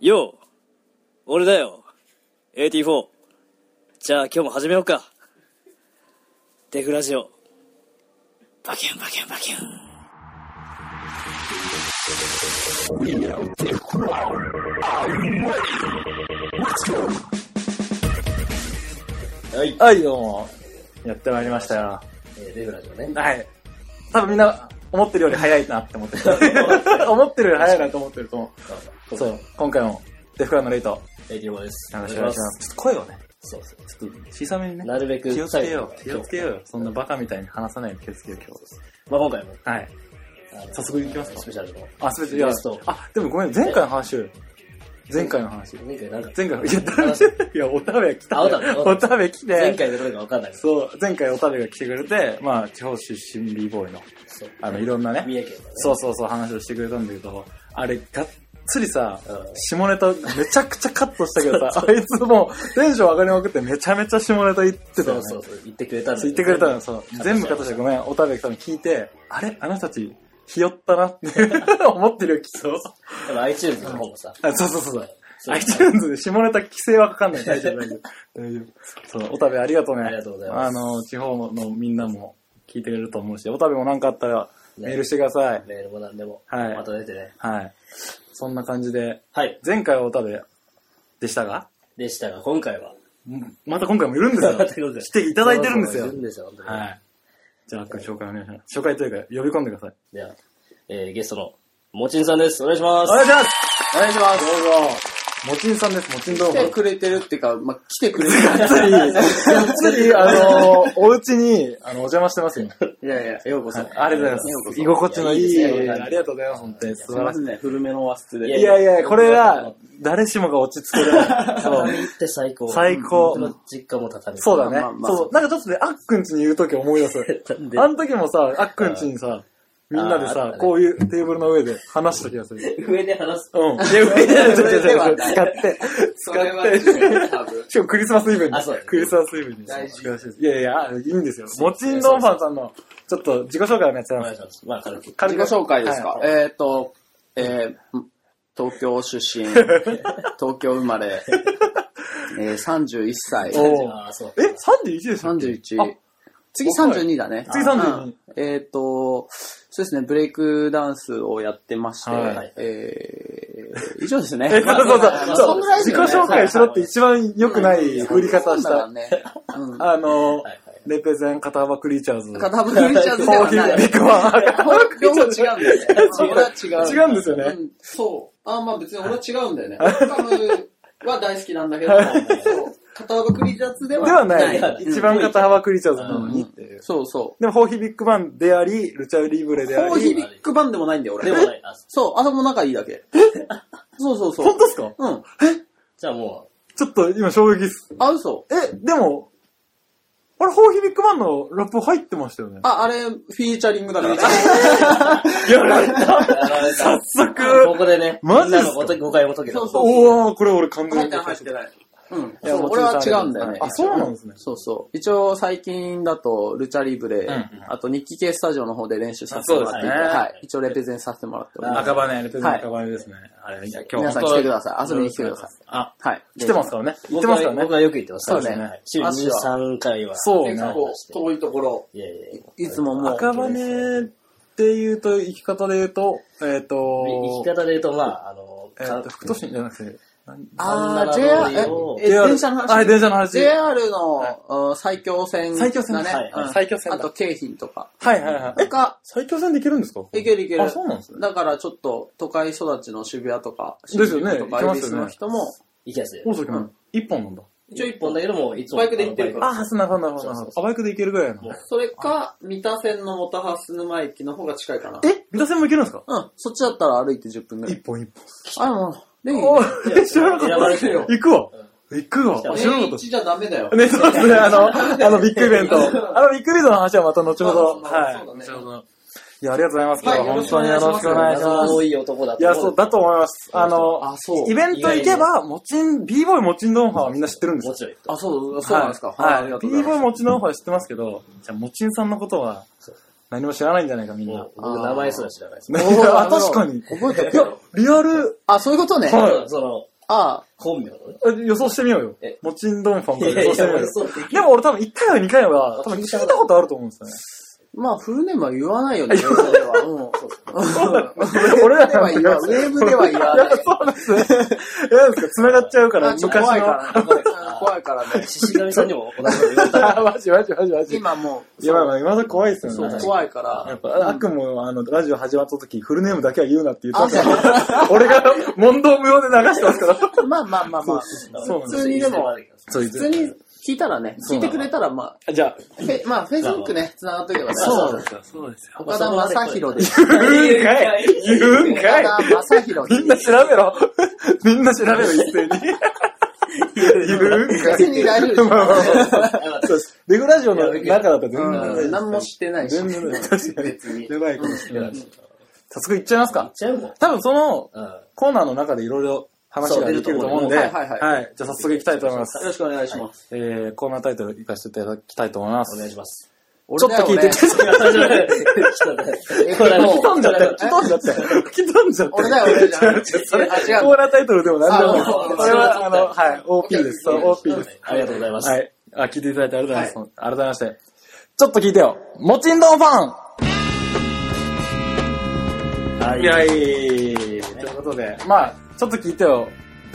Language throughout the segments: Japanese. よう俺だよ !AT4! じゃあ今日も始めようかデフラジオバキュンバキュンバキュンはい。はい、どうも。やってまいりましたよ。えー、デブラジオね。はい。多分みんな、思ってるより早いなって 思ってる。思ってるより早いなと思ってると思う。そう、今回も、デフクラのレイト、よエイティモです。ろしくお願いします。ちょっと声をね、そうそう。ちょっ小さめにねと、、なるべく気をつけよう。最気後をつけようよ。そんなバカみたいに話さないで気をつけよう、今まあ今回も、日。はい。あの早速行きますかスペシャルの。あ、すべて、いやゲスト、あ、でもごめん、前回の話より前回の話。前回なんか、前回の、 いや、誰もいや、おたべ来た。あおたべおたべ来て。前回でどれかわかんないけど、そう、前回おたべが来てくれて、まあ、地方出身 b ボーイの、そう。あの、いろんなね、三重県のね。そうそうそう話をしてくれたんだけど、あれがっつりさうん、下ネタめちゃくちゃカットしたけ どさ、あいつもうテンション上がりまくってめちゃめちゃ下ネタ言ってたそようね。そうそう。言ってくれたんだそう言ってくれたの、そそうう。全部カットしてごめん、おたべさんに聞いて、あれあの人たち、ひよったなって 思ってるよ、きっと。でも iTunes の方もさ、あそうそうそうそう。そう iTunes で下ネタ規制はかかんない。大丈夫、大丈夫。大丈夫。そう、おたべありがとうね。ありがとうございますあの、地方のみんなも聞いてくれると思うし、おたべもなんかあったらメールしてください。メールもなんでも、はいまとめてね。はい。そんな感じで、はい。前回はおたべでしたが、でしたが、今回は、うんまた今回もいるんですよ。また 今回来ていただいてるんですいよる。んですよ、本当に。はい。じゃあ、紹介お願いします。紹介というか、呼び込んでください。では、えー、ゲストの、もちんさんです。お願いしまおす。願いしますお願いしますどうぞ。もちんさんです、もちんどうも。来てくれてるっていうか、まあ、来てくれてる。がっつり、がっつ り、あのー、お家に、あの、お邪魔してま すよ。いやいや、ようこそ。ありがとうございます。居心地のいい、いやいいですねありがとうございます、本当に。素すみ晴らましせんね、古めの和室いで。い。いやいや、これが、誰しもが落ち着 ける。そう。行って最高。最高僕の実家も畳。そうだねまあまあ。まあそう。なんかちょっとね、あっくんちにいるとき思い出す。なんであの時もさ、あっくんちにさ、みんなであーあっさたね、こういうテーブルの上で話した気がする。上で話す。うん。いや上で違う違う上では違うな い使って、それは使ねって。多分。しかもクリスマスイブにあそうだ。ねクリスマスイブに。大事そういやいや、いいんですよ。もちんどんファンさんの、ちょっと自己紹介をね、やっておま願いし。すます。まあ、軽く。軽自く己紹介ですか。はいえっ、ー、と、えー、東京出身、東京生まれ、えー、31歳、おーああ、そう。え、31ですあ31、次32だね。次32うんえっ、ー、と、そうですね、ブレイクダンスをやってまして、はいえー、以上ですね。え、そうそうまあまあまそあう。そんそぐらういです自己よね紹介しろって一番良くない振り方しそうだた。ね。うん。あのはいはい、レペゼン片幅クリーチャーズ。片振りちゃんでコーはヒなー、いビ。ッグワン。両方違うんだよね。俺は違う。違うんですよねんそう。あ、まあ別に俺は違うんだよね。カムは大好きなんだけど、そう片幅クリーチャーズででははな。ないい。一番片幅クリーチャーズなのにっていう。そうそう。でも、ホーヒービッグバンであり、ルチャリブレであコーヒーり。ビッグバンでもないんだよ、俺。でもない。あそうそう、あそこ仲いいだけ。そうそうそう。本当っすかうん。じゃあもちょっと今衝撃っす。あ、嘘。え、でも、あれ、ホーヒービッグバンのラップ入ってましたよね。あ、あれ、フィーチャリングだから。う、ややられ た。られた早速ここでね、マジみでんすなかのごと誤解も解けた。そうそうおー、これ俺完全入っにてない、入ってない。うん。そうもち俺ろんは違うんだよね。あそうなんですねそうそう。一応最近だと、ルチャリブレ、んうんあと日記系スタジオの方で練習させてもらっていて、あそうですねはい。一応レペゼンさせてもらっております。赤羽、レペゼンはい赤羽ですね。あれ、いや今皆日さん来てください。遊びに来てください。あ、はい。来てますかからね。行って僕ますからはね僕。はよく言ってますそうねはい週に足は3回は。そう結ね。構遠いところ、いやいやいや。いつももう、赤羽っていうと、生き方で言うと、えっ、生とき、方で言うと、まあ、あの、えっ、と、副都心じゃなくて、何あ神ー、田 JR 通りを、ええ、電車の話。あ、電車の話。 JR の、うん最強線。最強線だねはい。はいうん最強線だあと、京浜とか。はいはいはい。とえ、か、最強線で行けるんですかいけるいける。あ、そうなんですね。だからちょっと都会育ちの渋谷とか、ですよね新宿と行か、き恵ま比す寿よねの人も、行きやすい。大崎うもん一本なんだ。一応一本だけども、いつも。バイクで行ってるからあ、そんなそんなそんなそんな。あ、バイクで行けるぐらいなの。それか、三田線の元蓮沼駅の方が近いかな。え三田線も行けるんですかうん、そっちだったら歩いて10分ぐらい。一本一あ、もう、レイン、本。おー、知らなか選ばれってた。るよ行くわ。行くわ。あ知らなかレイっンた1。じゃダメだよ。ね、そうですね、あの、あのビッグイベント。 あのビッグイベントの話はまた後ほど。まあまあはい。そうだね後ほどいや、ありがとうございます。今はい日は本当によろしくお願いしま謎すの。多い男だいや、そう、だと思います。あの、あ、そうイ。ベント行けば、もちん、b ボーイもちんドンファンはみんな知ってるんですもよ。ちろん行った。あ、そう、そうなんですか。はい。ありがとう b ございボーイます。もちんドンファンは知ってますけど、じゃあ、もちんさんのことは、何も知らないんじゃないか、みん な。僕、名前すら知らないです。ねおー あ、確かに。覚えてるいや、リアル、あ、そういうことね。はいその、あ本名のね。え予想してみようよえ。もちんどんファンからいやい予や想してみよう俺そうよできる。でも俺多分1回は2回は、多分聞いたことあると思うんですよね。まあ、フルネームは言わないよね、ウェーブでは。うん、そう俺らでは言わウェーブでは言わないやそうなんですね。いやなんですか、繋がっちゃうから、 あちょっと昔の。怖いからね。怖いからね。獅子神さんにも同じこと言われた。あ マジマジマジマジ。今もう、やばいやばい、今の怖いですそよねう、。怖いかやっら。ぱ、悪も、あの、ラジオ始まった時、フルネームだけは言うなって言ってたから、 俺が問答無用で流してます から。まあまあまあまあ。そうなん普通にでも、そう普通に聞いたらね、聞いてくれたらまあ、じゃあ、フェまあ、フェイスブックね、繋がっとけばね。んですよ、そうですよ。岡田正宏です。言うんかい言うんか岡い田正 宏みんな調べろみんな調べろ、一斉に。言うんかい別に大丈夫でしょまあまあまあそうですレグラジオの中だと全然大丈夫うん、何もしてないし。全然大丈夫別に。やばいかもしれない。早速行っちゃいますか。ちゃうもん。多分そのうん。コーナーの中でいろいろ話ができると思うんで、そうは出ると思うはいはいはいい。じゃあ早速行きたいと思いまよす。ろしくお願いします。えー、コーナータイトル行かせていただきたいと思います。お願いします。ちょっと聞いて、ちょっとちょっと待って これ吹き飛んじゃって、吹き飛んじゃって、吹き飛んじゃって。俺だよ俺だよ違う違うそれ、コあ違うーナータイトルでも何でもない。あそうそれは、あの、はい、OP です。そう OP です。ありがとうございます。はい。あ、聞いていただいてありがとうございます。改めまして。ちょっと聞いてよ。もちんどんファはンいやい。ということで、まあ、ちょっと聞いてよ。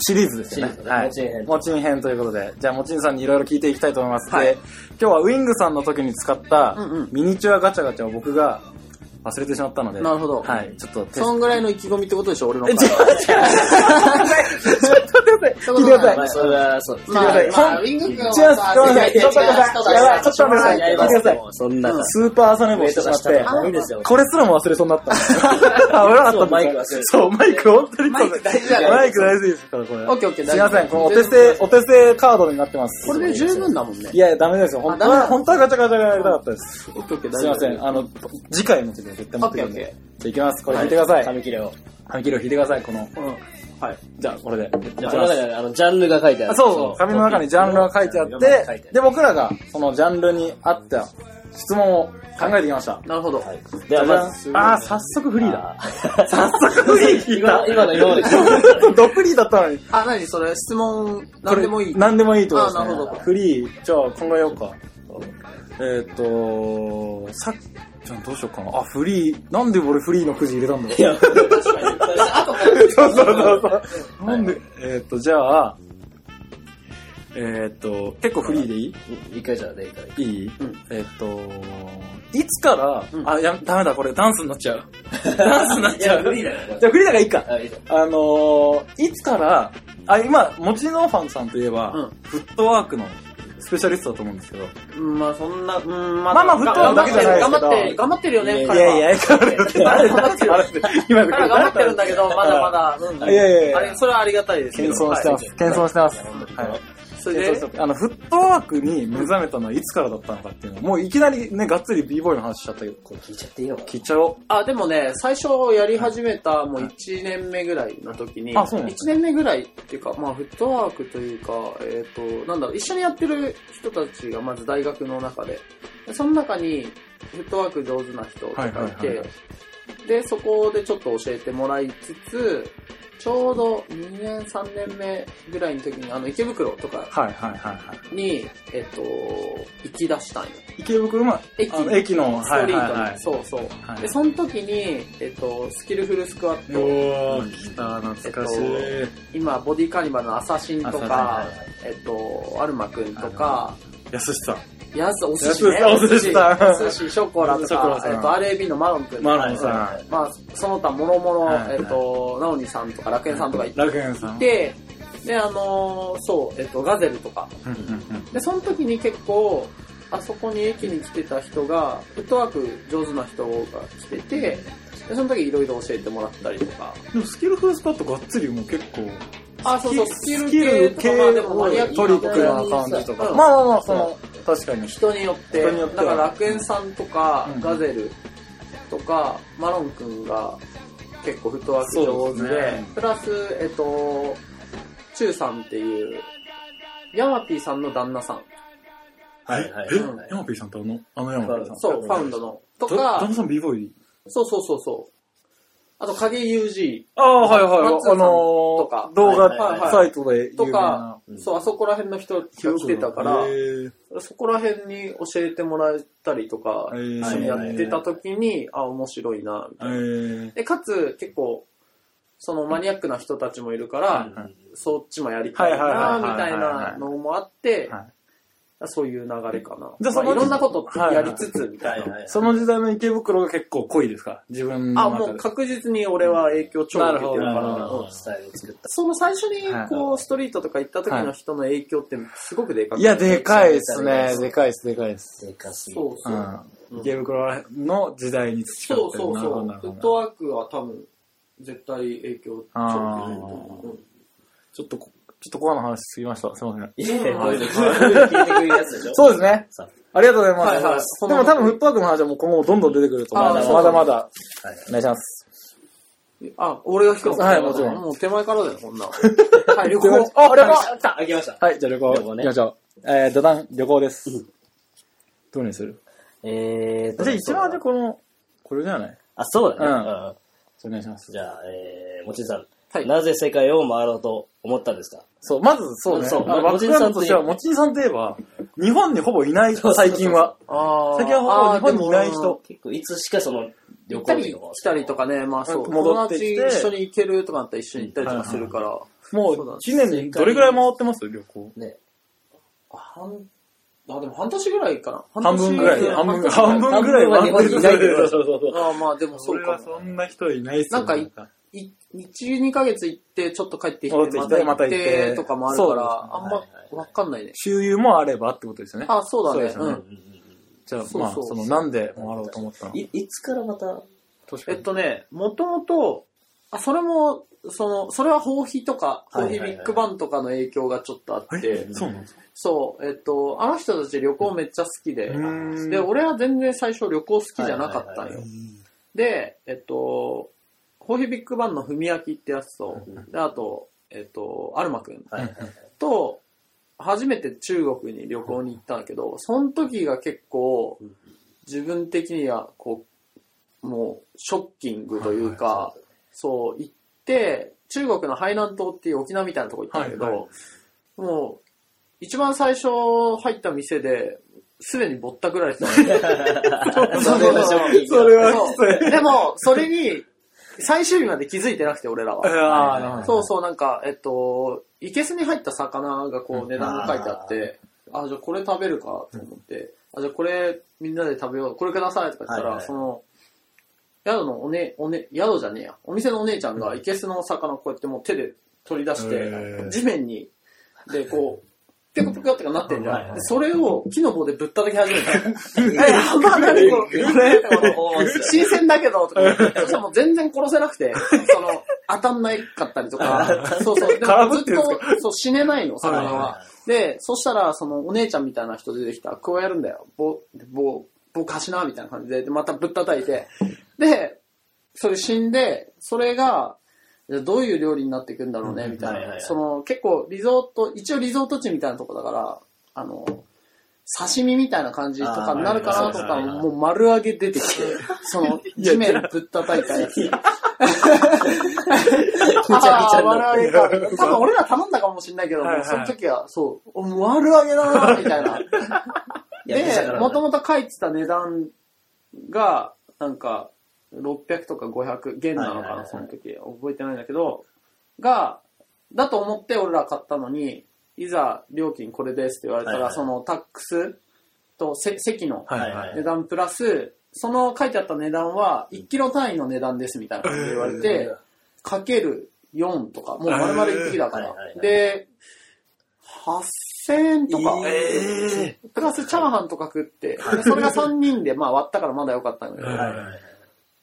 シリーズですよシリーね。ズはいもちん編もちん編ということで、じゃあもちんさんにいろいろ聞いていきたいと思います。はいで、今日はウィングさんの時に使ったうんうんミニチュアガチャガチャを僕が忘れてしまったので、なるほどはい、ちょっとテストそんぐらいの意気込みってことでしょ、俺のえ、違う違う。ちょっとま待ってください。聞いてください。あ、それは、そう。まあ、まあ、ウィング君は違う違う違うちょっと待ってくださいやばいちょっと待って違いまくださいす。もうそんなさ、スーパー朝寝坊してしま上ってと下とかいいですよ。これすらも忘れそうになった。危なかったんマイク忘でれすてよるそう、マイク本当にそうですマイク大事だからマイク大事ですから、これ。オッケーオッケーすいません、このお手大丈製、お手製カードになってます。これで十分だもんねい。やいや、ダメですよ。本当あダメは、だ本当はガチャガチャがやりたかったです。オッケーオッケー、すいません、あの、次回の時は絶対持ってくるんオッケでじゃー。あいきます。これ引いてください。紙切れを。紙切れを引いてください、この。うん。はい。じゃあ、これで。じゃあ、この中にあの、ジャンルが書いてあある。そうそう。紙の中にジャンルが書いてあうん書いってあ、るで、僕らがそのジャンルに合った質問を考えてきました。なるほど。では、まじずゃ、ああー、早速フリーだ。早速フ リー聞い今た。今の今までちょっとドフリーだったのに。あ、なにそれ、質問、こなんれでもいい。何でもいいってことですあーなるほね。どフリー、じゃあ考えようか。えーっと、さっちゃんどうしようかな。あ、フリー。なんで俺フリーのくじ入れたんだろう。いや、確かに。 そうそうそうそう。なんで、えーっと、じゃあ、えーっと、結構フリーでいい一回じゃあ、で、一回。いい、うんえっと、いつから、あ、や、ダメだ、これダンスになっちゃ う。ダンスになっちゃう。無理だよ。じゃあ、フリーだからいいか。あ、いいじゃん。あのー、いつから、あ、今、もちのファンさんといえば、うんフットワークのスペシャリストだと思うんですけど。うん、まあそんな、うん、ままあまあフットワークだけじゃないです頑けど張ってる、頑張ってるよね、い彼は。やいや、彼は、誰、誰、誰、今、彼は頑張ってるん だけど、まだまだ、うん。いやいやいやあれ、それはありがたいですけ謙ど。遜してまはす。謙遜してます。はい。い。それ謙遜でし、てますあの、フットワークに目覚めたのはいつからだったのかっていうのは、もういきなりね、がっつり b ボーイの話しちゃったけど、これ聞いちゃっていいのか聞いちゃおう。あ、でもね、最初やり始めたもう1年目ぐらいの時に、あそうなんで1年目ぐらいっていうか、まあフットワークというか、えっ、と、なんだろう、一緒にやってる人たちがまず大学の中で、でその中にフットワーク上手な人とかいて、はいはいはいはで、そこでちょっと教えてもらいつつ、ちょうど2年、3年目ぐらいの時に、あの、池袋とかはいはいはいはい。に、えっ、と、行き出したんよ。池袋ま駅あの駅の、ストリートに、はいはいはいそうそう。はいで、その時に、えっと、スキルフルスクワット、おー、来た、懐かしい。え今、ボディカニバルのアサシンとアサシンはか、えっと、アルマくんとか、やすしさん。やす、お寿司ね。やすお寿司さんお寿司お寿司ショコラとショコラか、さんえっと、RAB のマロンくんとマか、ロンさん。まあ、その他、もろもろはい、えっと、ナオニさんとか、楽園さんとかい楽園さん。て、で、あのー、そう、えっと、ガゼルとか、うんうんうんでその時に結構あそこに駅に来てた人がフットワーク上手な人が来ててでその時いろいろ教えてもらったりとかでもスキルフルスパッドがっつりもう結構、あそうそうスキスキルル系系とかまあでもマニアッをクトリックなな感じとか。うんまあまあまあ、その、確かに。人によって人によってはだから楽園さんとか、うんガゼルとかマロンくんが結構フットワーク上手そうでですねプラスえっとチュウさんっていうヤマピーさんの旦那さんはいはいえはいはいヤマピーさんってあの、あのヤマピーさん。そう、ファウンドの。とだ旦か那、さん b ボーイそうそうそうそう。あと、影 UG ああ、はいはい。松田さあんのとかー、動はいはいは画いサイトでと有名なか。う、んそう、あそこら辺の人やつ来てたからへ、ーそこら辺に教えてもらったりとか、へー一緒にやってた時に、あ、面白いな、みたいな。えで、かつ、結構、そのマニアックな人たちもいるかはらい、はいそっちもやりたいな、みたいなのもあって、はそういう流れかな。じゃあそのまあいろんなことやりつつ、みたいな。はいい。その時代の池袋が結構濃いですか自分のあ、中で。もう確実に俺は影響超受けてるかなるほどなるらほ。どスタイルを作った。その最初にこはうストリートとか行った時の人の影響ってすごくでかくていや、でかいですね。でかいです、でかいです。でかすぎるそうそうう。ん。池袋の時代に培そうってるそうなるほどそうなる。フほットどワークは多分絶対影響を超受けてると思う。ちょっとこ、ちょっとコアの話すぎました。すいません。いやいやこういうの聞いてくれるやつでしょそうですねさ。ありがとうございます。はいはいでも多分フットワークの話はもう今後どんどん出てくると思うので、あーまだまだはいお願いします。うん あ、俺が引くのはいもちろんもう手前からだよ、 こんなの。はい、旅行。あ、旅行さあ、開けました。はい、じゃあ旅行旅行行ねきましょう。えー、ダダン、旅行です。どれにするえーと。じゃあ一番じそうだゃあこの、これじゃないあ、そうだね。うんうんお願いします。じゃあ、えー、もちさん、はいなぜ世界を回ろうと思ったんですかそう、まずそうね。そうあのバックグラウンドとしては、ももちさんといえば、日本にほぼいない、最近は。あー先はほぼ日本にいない。あーでも人。結構、いつしかその、旅行った行り来たりとか。かね、まあそう。戻友ってき達て一緒に行けるとかだったら一緒に行ったりとかするから。もそうだう、一年にどれぐらい回ってます旅行。ね。半、あ、でも半年ぐらいかな。半分ぐらい。半分ぐらい。半半年分ぐらい半分は日本にいないけど、そそううそうそう。ああ、まあでもそそうれかはもそ。んな人いないっすよなんかいい1、2ヶ月行って、ちょっと帰ってき、戻っててまきたて行ってまた行ってとかもあるから、そあうんですねはいはいはいまわかんないね。周遊もあればってことですよね。あ、そうだね。そううですん。じゃあ、そうまあ、そうその、なんで回ろうと思ったのい、いつからまた、確かえにっとね、もともと、あ、それも、その、それは包皮とか、はいは包い皮ビはいッグバンとかの影響がちょっとあって、えそうなんですかそう、えっと、あの人たち旅行めっちゃ好きで、うんで、俺は全然最初旅行好きじゃなかったはいはいんよは。で、えっと、コーヒービッグバンの文明ってやつと、であと、えっと、アルマくんはいはいはい。と、初めて中国に旅行に行ったんだけど、その時が結構うん、自分的には、こう、もう、ショッキングというか、そう、行って、中国の海南島っていう沖縄みたいなとこ行ったんだけど、はいはもう、一番最初入った店で、すでにぼったくられてたのねそれはショッキングそれはそう失礼。でも、それに、最終日まで気づいてなくて、俺らは。ああ、はいなるはほいど。そうそう、なんか、えっと、いけすに入った魚がこう値段が書いてあって、あ、じゃあこれ食べるかと思って、あ、じゃあこれみんなで食べよう、これくださいとか言ったら、はいはいその、宿のおね、おね、宿じゃねえや、お店のお姉ちゃんがいけすのお魚をこうやってもう手で取り出しへてー、地面に、で、こう、ピコピコってかなってんじはいゃはん。いでそれを木の棒でぶったたき始めた。え、やばい、何これ、 新鮮だけど、とか言って、そしたらもう全然殺せなくて、その、当たんないかったり とか、そうそう、で空も振っずてっるんですと、そう、死ねないの、魚はいは。で、そしたら、その、お姉ちゃんみたいな人出てきたら、こうやるんだよ、棒、棒、棒貸しな、みたいな感じで、で、またぶったたいて、で、それ死んで、それが、じゃあどういう料理になっていくんだろうね、みたいはな。いはいはいその、結構、リゾート、一応リゾート地みたいなとこだから、あの、刺身みたいな感じとかになるかなとあーはか、いはいはいもう丸揚げ出てきて、その、地面ぶったたいたやつ。 ぐちゃぐちゃになっあー丸揚げか。多分俺ら頼んだかもしれないけど、はいはいその時は、そう、お丸揚げだな、みた いな。いやいやだかで、らもともと書いてた値段が、なんか、600とか500、元なのはいはかいはな、いその時。覚えてないんだけど、が、だと思って俺ら買ったのに、いざ料金これですって言われたら、はいはいそのタックスとせ席のはいは。はいい値段プラス、その書いてあった値段は1キロ単位の値段ですみたいな感じで言われて、かける4とか、もう丸々1匹だからはいはいは。いで、8000円とか、えプラスチャーハンとか食って、でそれが3人でまあ割ったからまだ良かったんだけはどい、はいはい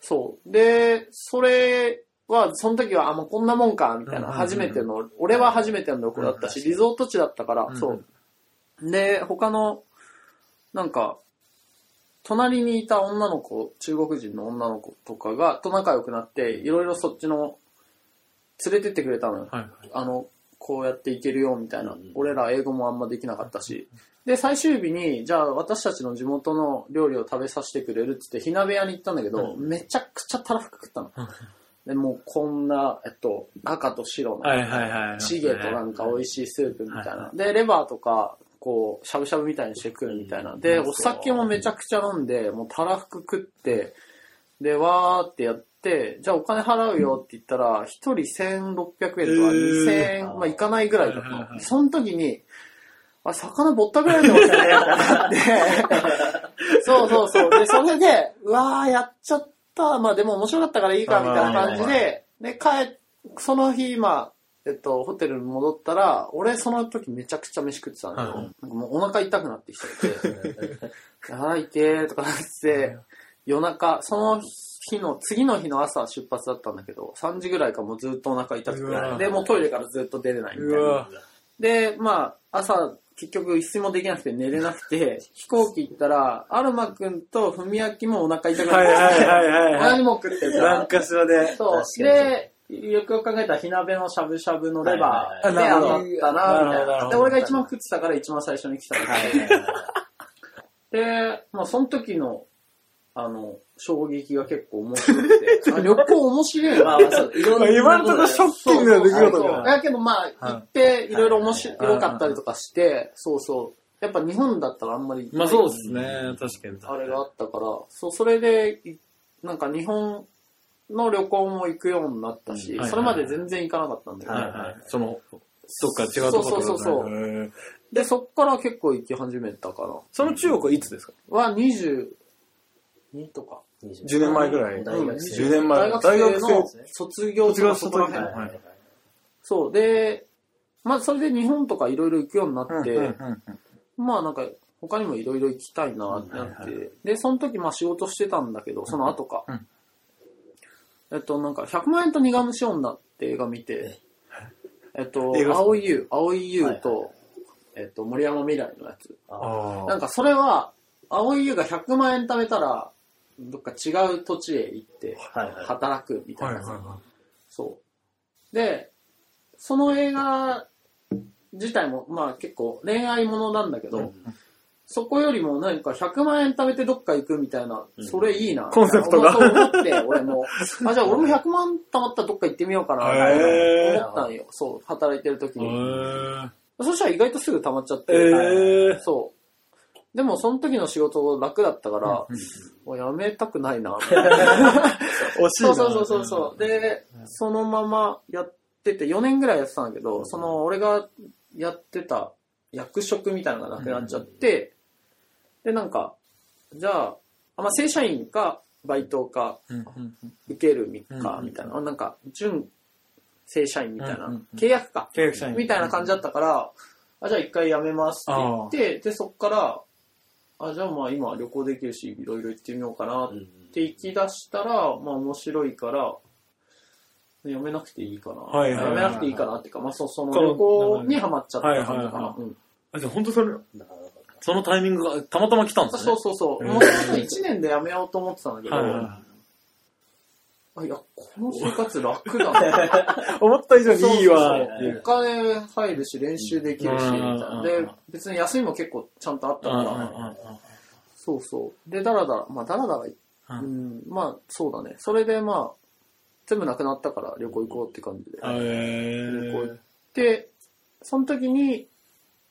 そう。で、それは、その時は、あ、もうこんなもんか、みたいうんうんな、うん初めての、俺は初めての旅行だったし、リゾート地だったからう、んそう。で、他の、なんか、隣にいた女の子、中国人の女の子とかが、と仲良くなって、いろいろそっちの、連れてってくれたのよ。はい。あの、こうやっていけるよみたいな、うん俺ら英語もあんまできなかったしで最終日にじゃあ私たちの地元の料理を食べさせてくれるっつって火鍋屋に行ったんだけど、めちゃくちゃたらふく食ったのでもうこんな、えっと、赤と白のはいはいはい。チゲとなんか美味しいスープみたいな。で、レバーとか、こう、しゃぶしゃぶみたいにして食うみたいな。で、お酒もめちゃくちゃ飲んで、もうたらふく食って、で、わーってやって、じゃあお金払うよって言ったら、一人1600円とか2000円、まあいかないぐらいだっはたいはいはの。いその時に、あ、魚ぼったくられてますよね、ってなって。そうそうそう。で、それで、うわー、やっちゃった。まあでも面白かったからいいか、みたいな感じはいで、で、帰っ、その日、まあ、えっと、ホテルに戻ったら、俺その時めちゃくちゃ飯食ってたんだよ。はいなんかもうお腹痛くなってきて、腹痛えとかなって、夜中、その日の、次の日の朝出発だったんだけど、3時ぐらいからもうずっとお腹痛くうわて、で、もうトイレからずっと出れないみたいうなわ。で、まあ、朝、結局、一睡もできなくて寝れな くて、飛行機行ったら、アルマ君と文明もお腹痛くなはいはいって、はいはいはい。何も食ってるかならん。かしらで。そう。確かにで、よくよく考えたら、火鍋のしゃぶしゃぶのレバはーいではいはい余ったな、みたなるほいどなるな。ほどで、俺が一番食ってたから一番最初に来たの。で、まあ、その時の、あの、衝撃が結構面白くて。あ旅行面白いな。まあまあそういろんなことだよ今のところショッキングな出来事が。だけどまあ、行って、いろいろ面白かったりとかして、そうそう。やっぱ日本だったらあんまり、まあそうですね、確かに。あれがあったから、そう、それで、いなんか日本の旅行も行くようになったし、うんはいはいそれまで全然行かなかったんだよね。はいはい。その、そっか、違うところそうそうそうそうう。で、そっから結構行き始めたから。その中国はいつですかは22とか。 10年前ぐらい大学生。 10年前大学大生学の生卒業とかそこら卒業辺とか。はいそう。で、まあそれで日本とかいろいろ行くようになって、うんうんうんまあなんか他にもいろいろ行きたいなってなって、はいはで、その時まあ仕事してたんだけど、その後か。うんえっと、なんか、100万円と苦虫女って映画見て、えっと映、画青い優、青い優と、はいはえっと、森山未来のやつ。あなんあ。かそれは、青い優が100万円貯めたら、どっか違う土地へ行って、はいはい。働くみたはいいなはいやつ。はそう。で、その映画自体も、まあ結構恋愛ものなんだけど、そこよりも何か100万円貯めてどっか行くみたいな、うんそれいいな。コンセプトがそう思って、俺も。あ、じゃあ俺も100万貯まったらどっか行ってみようかな、へー思ったんよ。そう、働いてる時い。に。へそしたら意外とすぐ溜まっちゃって。えー。そう。でもその時の仕事楽だったから、うんもうやめたくないな。惜しいそうな。そうそうそうそう。で、そのままやってて、4年ぐらいやってたんだけど、その俺がやってた役職みたいなのがなくなっちゃって、で、なんか、じゃあ、あまあ、正社員か、バイトか、うんうんうん。受けるみかう、んみたいな、なんか、準正社員みたういんう、なんうん契約か、契約社員。みたいな感じだったから、あ、じゃあ一回やめますって言って、で、そっから、あ、じゃあまあ今旅行できるし、いろいろ行ってみようかなっって行き出したら、まあ面白いから、読めなくていいかな。はいはいはい読めなくていいかなっていうか、まあそそのこの旅行にハマっちゃった感じかはいはいなは。うんあ、じゃあ本当それ、そのタイミングがたまたま来たんですね。そうそうそう。うんもともと1年で辞めようと思ってたんだけど、はいはあいや、この生活楽だな。い思った以上 にいいわそうっそていうそうう。お金入るし、練習できるし、うみたいんな。うでんうん、別に休みも結構ちゃんとあったうんうんうから、そうそう。で、だらだら、まあだらだら、うんうんん、まあそうだね。それでまあ、全部なくなったから旅行行こうって感じで。あへーこうやで、その時に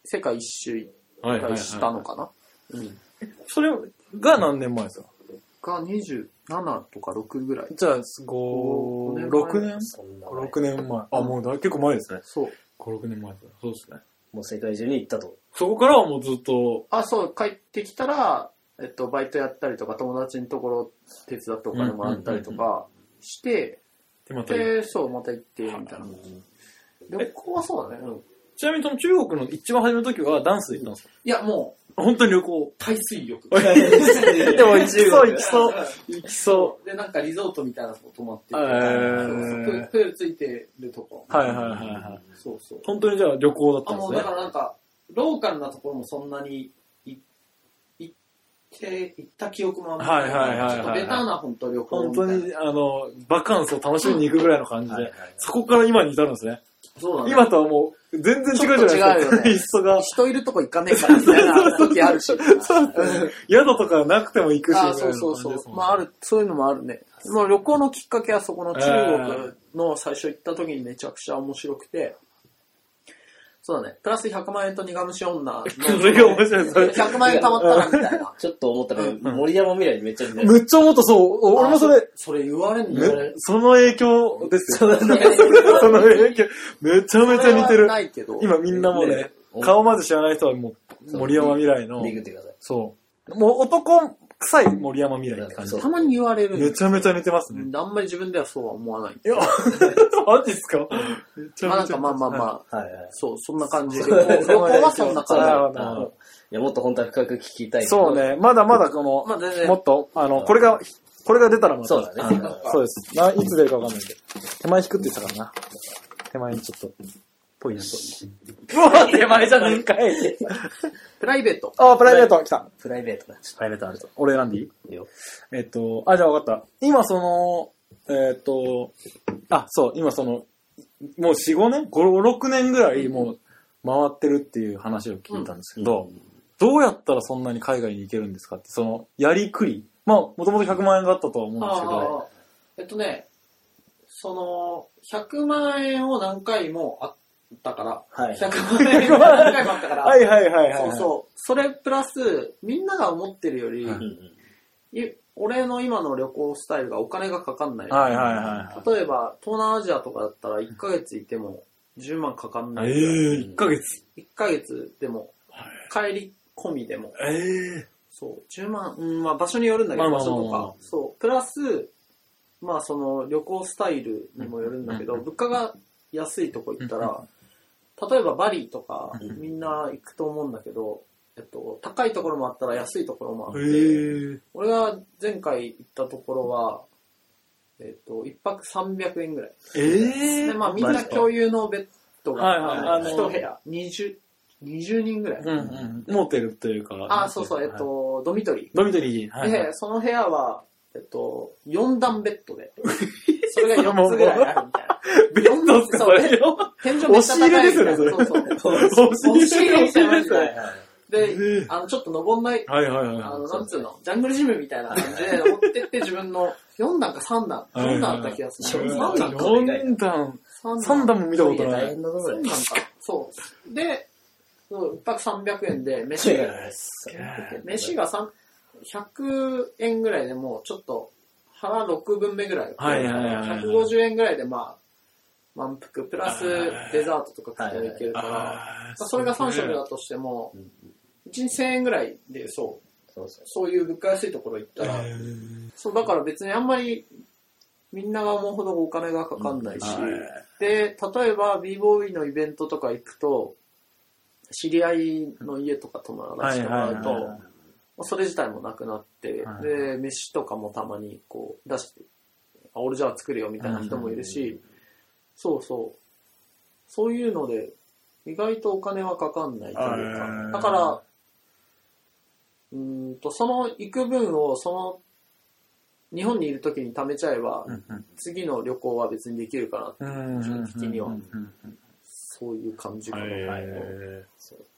世界一周一はいはいは回いしたのかな、うんそれが何年前ですかが27とか6ぐらい。じゃあ、五五6年そんな。 ?6 年前。あ、もうだ結構前ですね。そう。 5、6年前ですね。そうですね。もう世界中に行ったと。そこからはもうずっと、あ、そう、帰ってきたら、えっと、バイトやったりとか、友達のところ手伝ってお金もらったりとかして、でまた行くで、そう、また行って、みたいな。旅行はそうだね。うんちなみにその中国の一番初めの時はダンスで行ったんですかいや、も本当に旅行う、。海水浴。 でも行きそう、行きそう。行きそで、なんかリゾートみたいなとこ泊まってへーそうそうプールついてるとこ。う。はいはいはいはい。そうそう。本当にじゃあ旅行だっあ、たもんうでだすかね。らなんか、ローカルなところもそんなにい行って、行った記憶もあんまりなはいい。はいはいはいちょっとベタな本当旅行本みた当いな。に、あの、バカンスを楽しみに行くぐらいの感じはいはいではい、そこから今に至るんですね。そうなんだ。今とはもう、全然違うじゃないですちょっと違うよか。ねいっそが。人いるとこ行かねえからみたい な時あるし。そうですね宿とかなくても行くし。あみたいそうなそう感じそですもう。んねまあある、そういうのもあるね。もう旅行のきっかけはそこの中国の最初行った時にめちゃくちゃ面白くて、そうだね。プラス100万円と苦虫女の。これが面白いそれ100万円貯まったらみ たいな。ちょっと思ったら、森山未来にめっちゃ似てる。むっちゃ思った、そう。お俺もそれ、それ言われんのめその影響ですよ。 そねの影響、めちゃめちゃ似てそれはるな。いけど。今みんなもうねね、顔まず知らない人はもう、森山未来の、リグってください。そう。もう男臭い森山未来って感じそ。うたまに言われる。めちゃめちゃ似てますね。うんあんまり自分ではそうは思わない。いや、マジっすかめちゃめちゃ。まあなんかまあまあまあ、はいはい。そう、そんな感じで。そう旅行はそんなるほどな感じ。なるほどいや、もっと本当は深く聞きたい。そう。ね、まだまだこの、まあ全然もっと、あの、これが、これが出たらまた。そうだねあのそうです。ないつ出るかわかんないんで。手前引くって言ってたからな。手前にちょっと、ぽいなと。もう手前じゃねえかい。プライベート。あ、プライベート、来た。 プライベートだ。プライベートあると。俺選んでいいいいよ。えっと、あ、じゃあ分かった。今その、えっと、あ、そう、今その、もう4、5年 ?5、6年ぐらいもう回ってるっていう話を聞いたんですけど、どうやったらそんなに海外に行けるんですかって、その、やりくり。まあ、もともと100万円があったとは思うんですけど、ああえっとね、その、100万円を何回もあったから、はい。 100万円を何回もあったから、はいはいはいはい。そうそう、それプラス、みんなが思ってるより、はうんうんい俺の今の旅行スタイルがお金がかかんない。はいはいは。例えば、東南アジアとかだったら1ヶ月いても10万かかんないい。ええー、1ヶ月。 1ヶ月でも、帰り込みでも、ええそう、10万、うん、まあ場所によるんだけど、ま場あまあまあ所まとあか。そう、プラス、まあその旅行スタイルにもよるんだけど、うん物価が安いとこ行ったうら、例えばバリとかうんみんな行くと思うんだけど、えっと、高いところもあったら安いところもあっえて、ー。俺が前回行ったところは、えっと、一泊300円ぐらい。ええで、まあみんマなジか共有のベッドはいはいが、あの一部屋、20、20人ぐらい。うんうん。モーテルというか。あ、そうそう、えっはい。と、ドミトリー。ドミトリー。はいはいで、その部屋は、えっと、4段ベッド で、それが4つぐらいあるみたいな。 ベッドっすか、それよ。天井めっちゃ高いみ押し入たいな。れですよねそそうそう。押し入れみたいな感じはいではい。で、あの、ちょっと登んない、はいはいはい。あの、なんつうの、ジャングルジムみたいな感じで登ってって自分の4段か3段、はいはい4段あった気がする。四段3段か。 4段。三段も見たことない大変だぞ、それ3。段か。そう。で、そう一泊300円で、飯が飯が3 100円ぐらいでもうちょっと腹6分目ぐらいはいはいはいはい150円ぐらいでまあ満腹プラスデザートとか食っていけるから、あまあそれが3食だとしてもうん1日1000円ぐらいでそうそうそう。そういう物価安いところ行ったら、うんそうだから別にあんまりみんなが思うほどお金がかかんないし、はいで、例えば b ボーイのイベントとか行くと、知り合いの家とか友達とかだと、はいはいはいまあそれ自体もなくなって、はいで、飯とかもたまにこう出して、あ、俺じゃあ作るよみたいな人もいるし、そうそう。そういうので、意外とお金はかかんないというはいか、だから、うーんと、その行く分を、その、日本にいる時に貯めちゃえば、次の旅行は別にできるかなうんちょっと聞きにはうんうんそういう感じかな。うんはいへー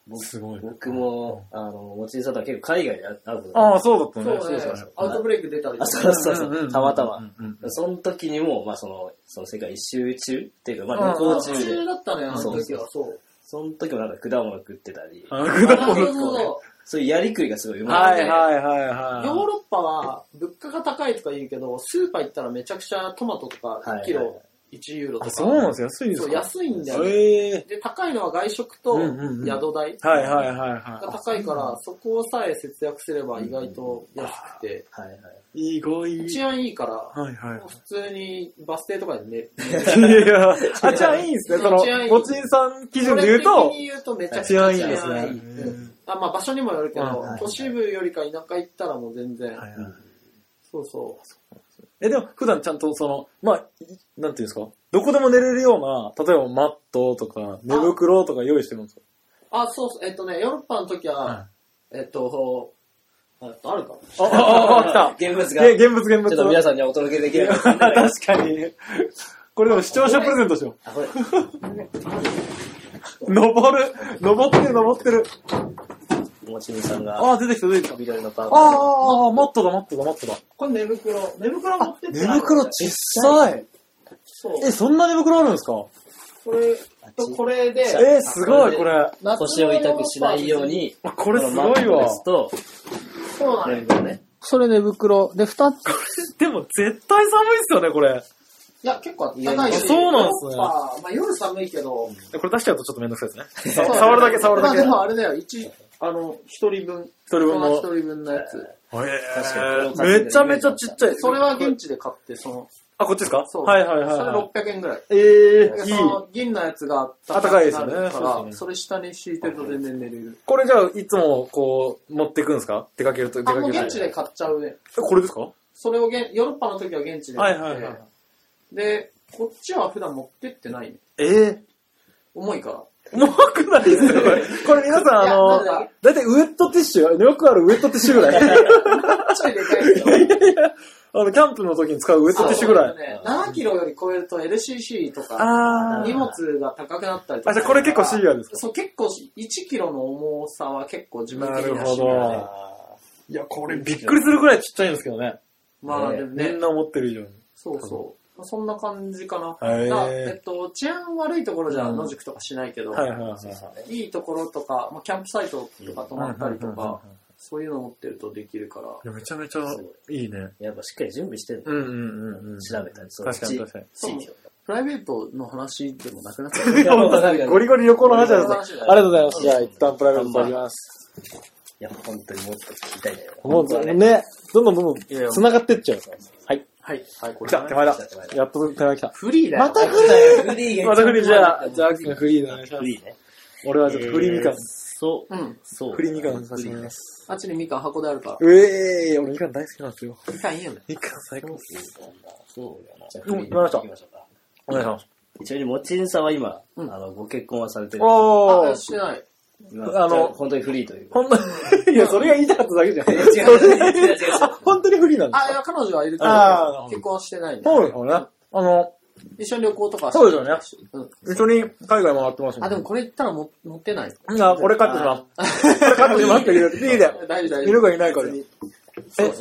僕すごい。僕も、あの、持ちさんとは結構海外で会うことがああ、そうだったそうね。ねそうそうアウトブレイク出たりとあ、かそうそうそんんんう。たまたま。。うんうんその時にも、まあその、その世界一周中っていうか、まあ旅行途中中で、だったね、あの時は。そう。その時もなんか果物食ってたり、ああ果そう物そうそそういうやりくりがすごいう上手い。はいはいはいはう。い。ヨーロッパは物価が高いとか言うけど、スーパー行ったらめちゃくちゃトマトとかはい1キロ1ユーロとあか。そうなんですよ。安いんですそうか安いんだよね。へえで、高いのは外食とうんうんうん宿代ー。はいがはいはいは高いから、そこさえ節約すれば意外と安くて、はいはい。い。意外。治安いいから、はいはい。普通にバス停とかで寝る。いや、あ、じゃあいいんですね。その治安い、いおちんさん基準 で言う俺と的、に言うとめちゃくち治ゃ安いいですね治安いいうんあまあ場所にもよるけど、はいはい都市部よりか田舎行ったらもう全然、はいはい。そうそえ、でも普段ちゃんとその、まあ、いなんていうんですか、どこでも寝れるような、例えばマットとか寝袋とか用意してるんですかう。あ、そうそう、えっとね、ヨーロッパの時は、はえっと、ああるかもあ、あ、あ、あ、来た 現物が、え、ち現物現ょっと物。皆さんにはお届けできる。確かに。これでも視聴者プレゼントしよあ、これ。う。登る登ってる登ってるもちみさんが、 ああ、出てきた出てきた。緑のパーああ、ああ、マットだマットだマットだ。これ寝袋。寝袋持って寝袋ちっさい。そう。え、そんな寝袋あるんですかこれとこれで、えー、すごいこれ。あ、腰を痛くしないよう。に、これすごいこのマットレわ。スと、そうなん寝です。袋ね。それ寝袋。で、二つ。 でも絶対寒いっすよね、これ。いや、結構高いあし。そうなんすねヨーロッパまあ夜寒いけど、これ出しちゃうとちょっとめんどくさいですそうね。触るだけ触るだけ。まあでもあれだよ、一、あの、一人分。一人分の一人分のやつ。え確かにーめちゃめちゃちっちゃい。それは現地で買って、その、あ、こっちですかそう。はいはいはいはい。それ600円ぐらい。えでー、いいそ。の銀のやつがあったかいですよねあったかくなそるうですよかねら、それ下に敷いてると全然寝れる。これじゃあ、いつもこう、持ってくんですか出かけると、出かあ、けもうると。現地で買っちゃうね。えこれですかそれを現、ヨーロッパの時は現地で買って。はいはいはいで、こっちは普段持ってってないね。ええ重いから。重くないですよ、 これ。これ皆さん、あいやのなんだ、だいたいウエットティッシュ、よくあるウエットティッシュぐらい。ちょいでか いけど。あの、キャンプの時に使うウエットティッシュぐらい。ね、7キロより超えると LCC とか、あ荷ー。物が高くなったりとか。あじゃあこれ結構シビアですかそう、結構1キロの重さは結構自分的にはなるほどシビアであいや、これびっくりするぐらいちっちゃいんですけどね。まあでもみねん、な思ってる以上に。そうそう。そんな感じかな。へーだからえっと、治安悪いところじゃ野宿とかしないけど、はいはいはいはい。いいところとか、まあ、キャンプサイトとか泊まったりとはいはいはか、そういうの持ってるとできるから。いや、めちゃめちゃいいね。ーやっぱしっかり準備してるうんうんうんうん。調べたりそう確かに確かに。地域をプライベートの話でもなくなっち ゃいや、本当にゴリゴリ横の話なん ですね。ありがとうございます。じゃあ、一旦プライベート取ります。いや、本当にもっと聞きたいね。もうね、どんどんどんどん繋がってっちゃうから。はい。はい。はい、これ来た、手前だ手前。だやっと手前来た。フリーだよ。またフフリリーーまたフリー、じゃあ、じゃゃあ、アキ君フリーでお願いしまフす。リーね。俺はちょっとフリーみかんえー。そうう。ん。そう。フリーみかんさせてもらいフリーまねす。あっちにみかん箱であるから。うえーい、俺みかん大好きなんですよ。みかんいいよね。みかん最高です。そうだな。じゃあうんフリーでわかりまし行たきましょうか。お願いします。ちなみに、もちんさんは今、あうんの、ご結婚はされてる。おあ、ー。してない。今あのじゃ本当にフリーという。ほんま、いや、それが言いたかっただけじゃん。違う違う違う違う本当にフリーなんですあ、いや、彼女はいるけあーなるほどど、結婚はしてないね。そうですよね。あの、一緒に旅行とかそうですよね。すよね。一緒に海外回ってますもんね。あ、でもこれ言ったらも持ってない。いや、これカットし ます。これカットしますって言う。いいで。大丈夫、大い丈る夫。かいないかで。え、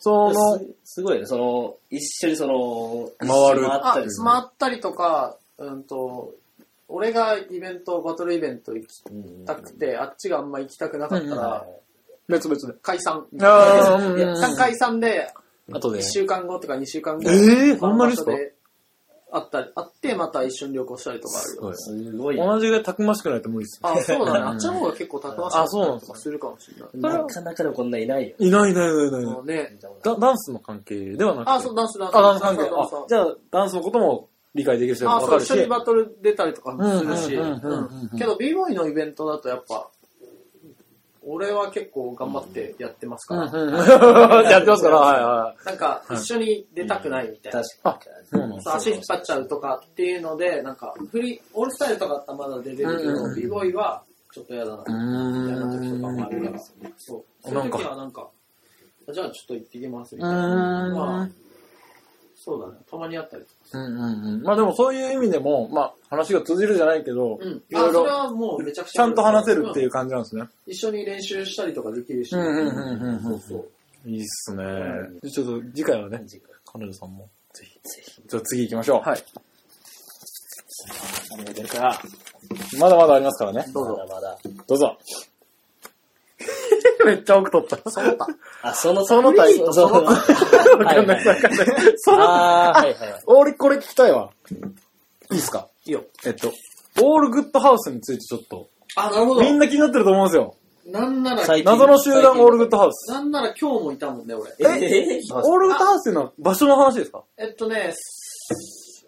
そのす、すごいね、その、一緒にその、回る一緒にあ回ったり、する。回ったりとか、うんと、俺がイベント、バトルイベント行きうんたくて、あっちがあんま行きたくなかったら、別々で。解散。あーいやうん解散で、あとで1週間後とか2週間後。えーほんまですかあったり、あって、また一緒に旅行したりとかあるよ。すごい。同じぐらいたくましくないと無理ですよ。あ、そうだね。あっちの方が結構たくましかあそうなんったりですねとかするかもしれない。なかなかでもこんないないよ。いないいないいないいないもう。ね。ダダンスの関係ではなくて。あ、そう、ダンス、ダンス。あダンス関係。ダンスダンあ、じゃあ、ダンスのことも理解できるし、スあ、わそかう、るし一緒。にバトル出たりとかもするし。ううんうんうんうんうんんけど、b ボーイのイベントだとやっぱ、俺は結構頑張ってやってますうかんら。うんうん やってますから、はいはい。なんか、一緒に出たくないみたいな。確かそうなんでに。すそう足引っ張っちゃうとかっていうので、なんか、フリー、オールスタイルとかだったらまだ出てるけうんうんうど、ん b ボーイはちょっと嫌だな。みたいな時とかもあるから。そう。そうないんうか時はなんか、じゃあちょっと行ってきますみうたーいな。んまあ、そうだね。たまにあったりとか。うんうんうん。まあでもそういう意味でも、まあ話が通じるじゃないけど、うん。いあ、ろいそれろはもうめちゃくちゃ。ちゃんと話せるっていうう感じなんですね。ん。一緒に練習したりとかできるし。うんうんうんうんうんそうそう。いいっすね。ちょっと次回はね、彼女さんもぜひ。じゃあ次行きましょう。はい。何が出るか。まだまだありますからね。どうぞ。まだまだ。どうぞ。 めっちゃ奥取った。その他。あ、その、その他フリーとその他。わかんないわかんない。その、あー、はいはいはい。俺これ聞きたいわ。いいっすかいいよ。えっと、オールグッドハウスについてちょっと、あ、なるほどみ。んな気になってると思うんですよ。なんなら、最近謎の集団オールグッドハウス。なんなら今日もいたもんね、俺。ええオールグッドハウスっていうのは場所の話ですかえっとね、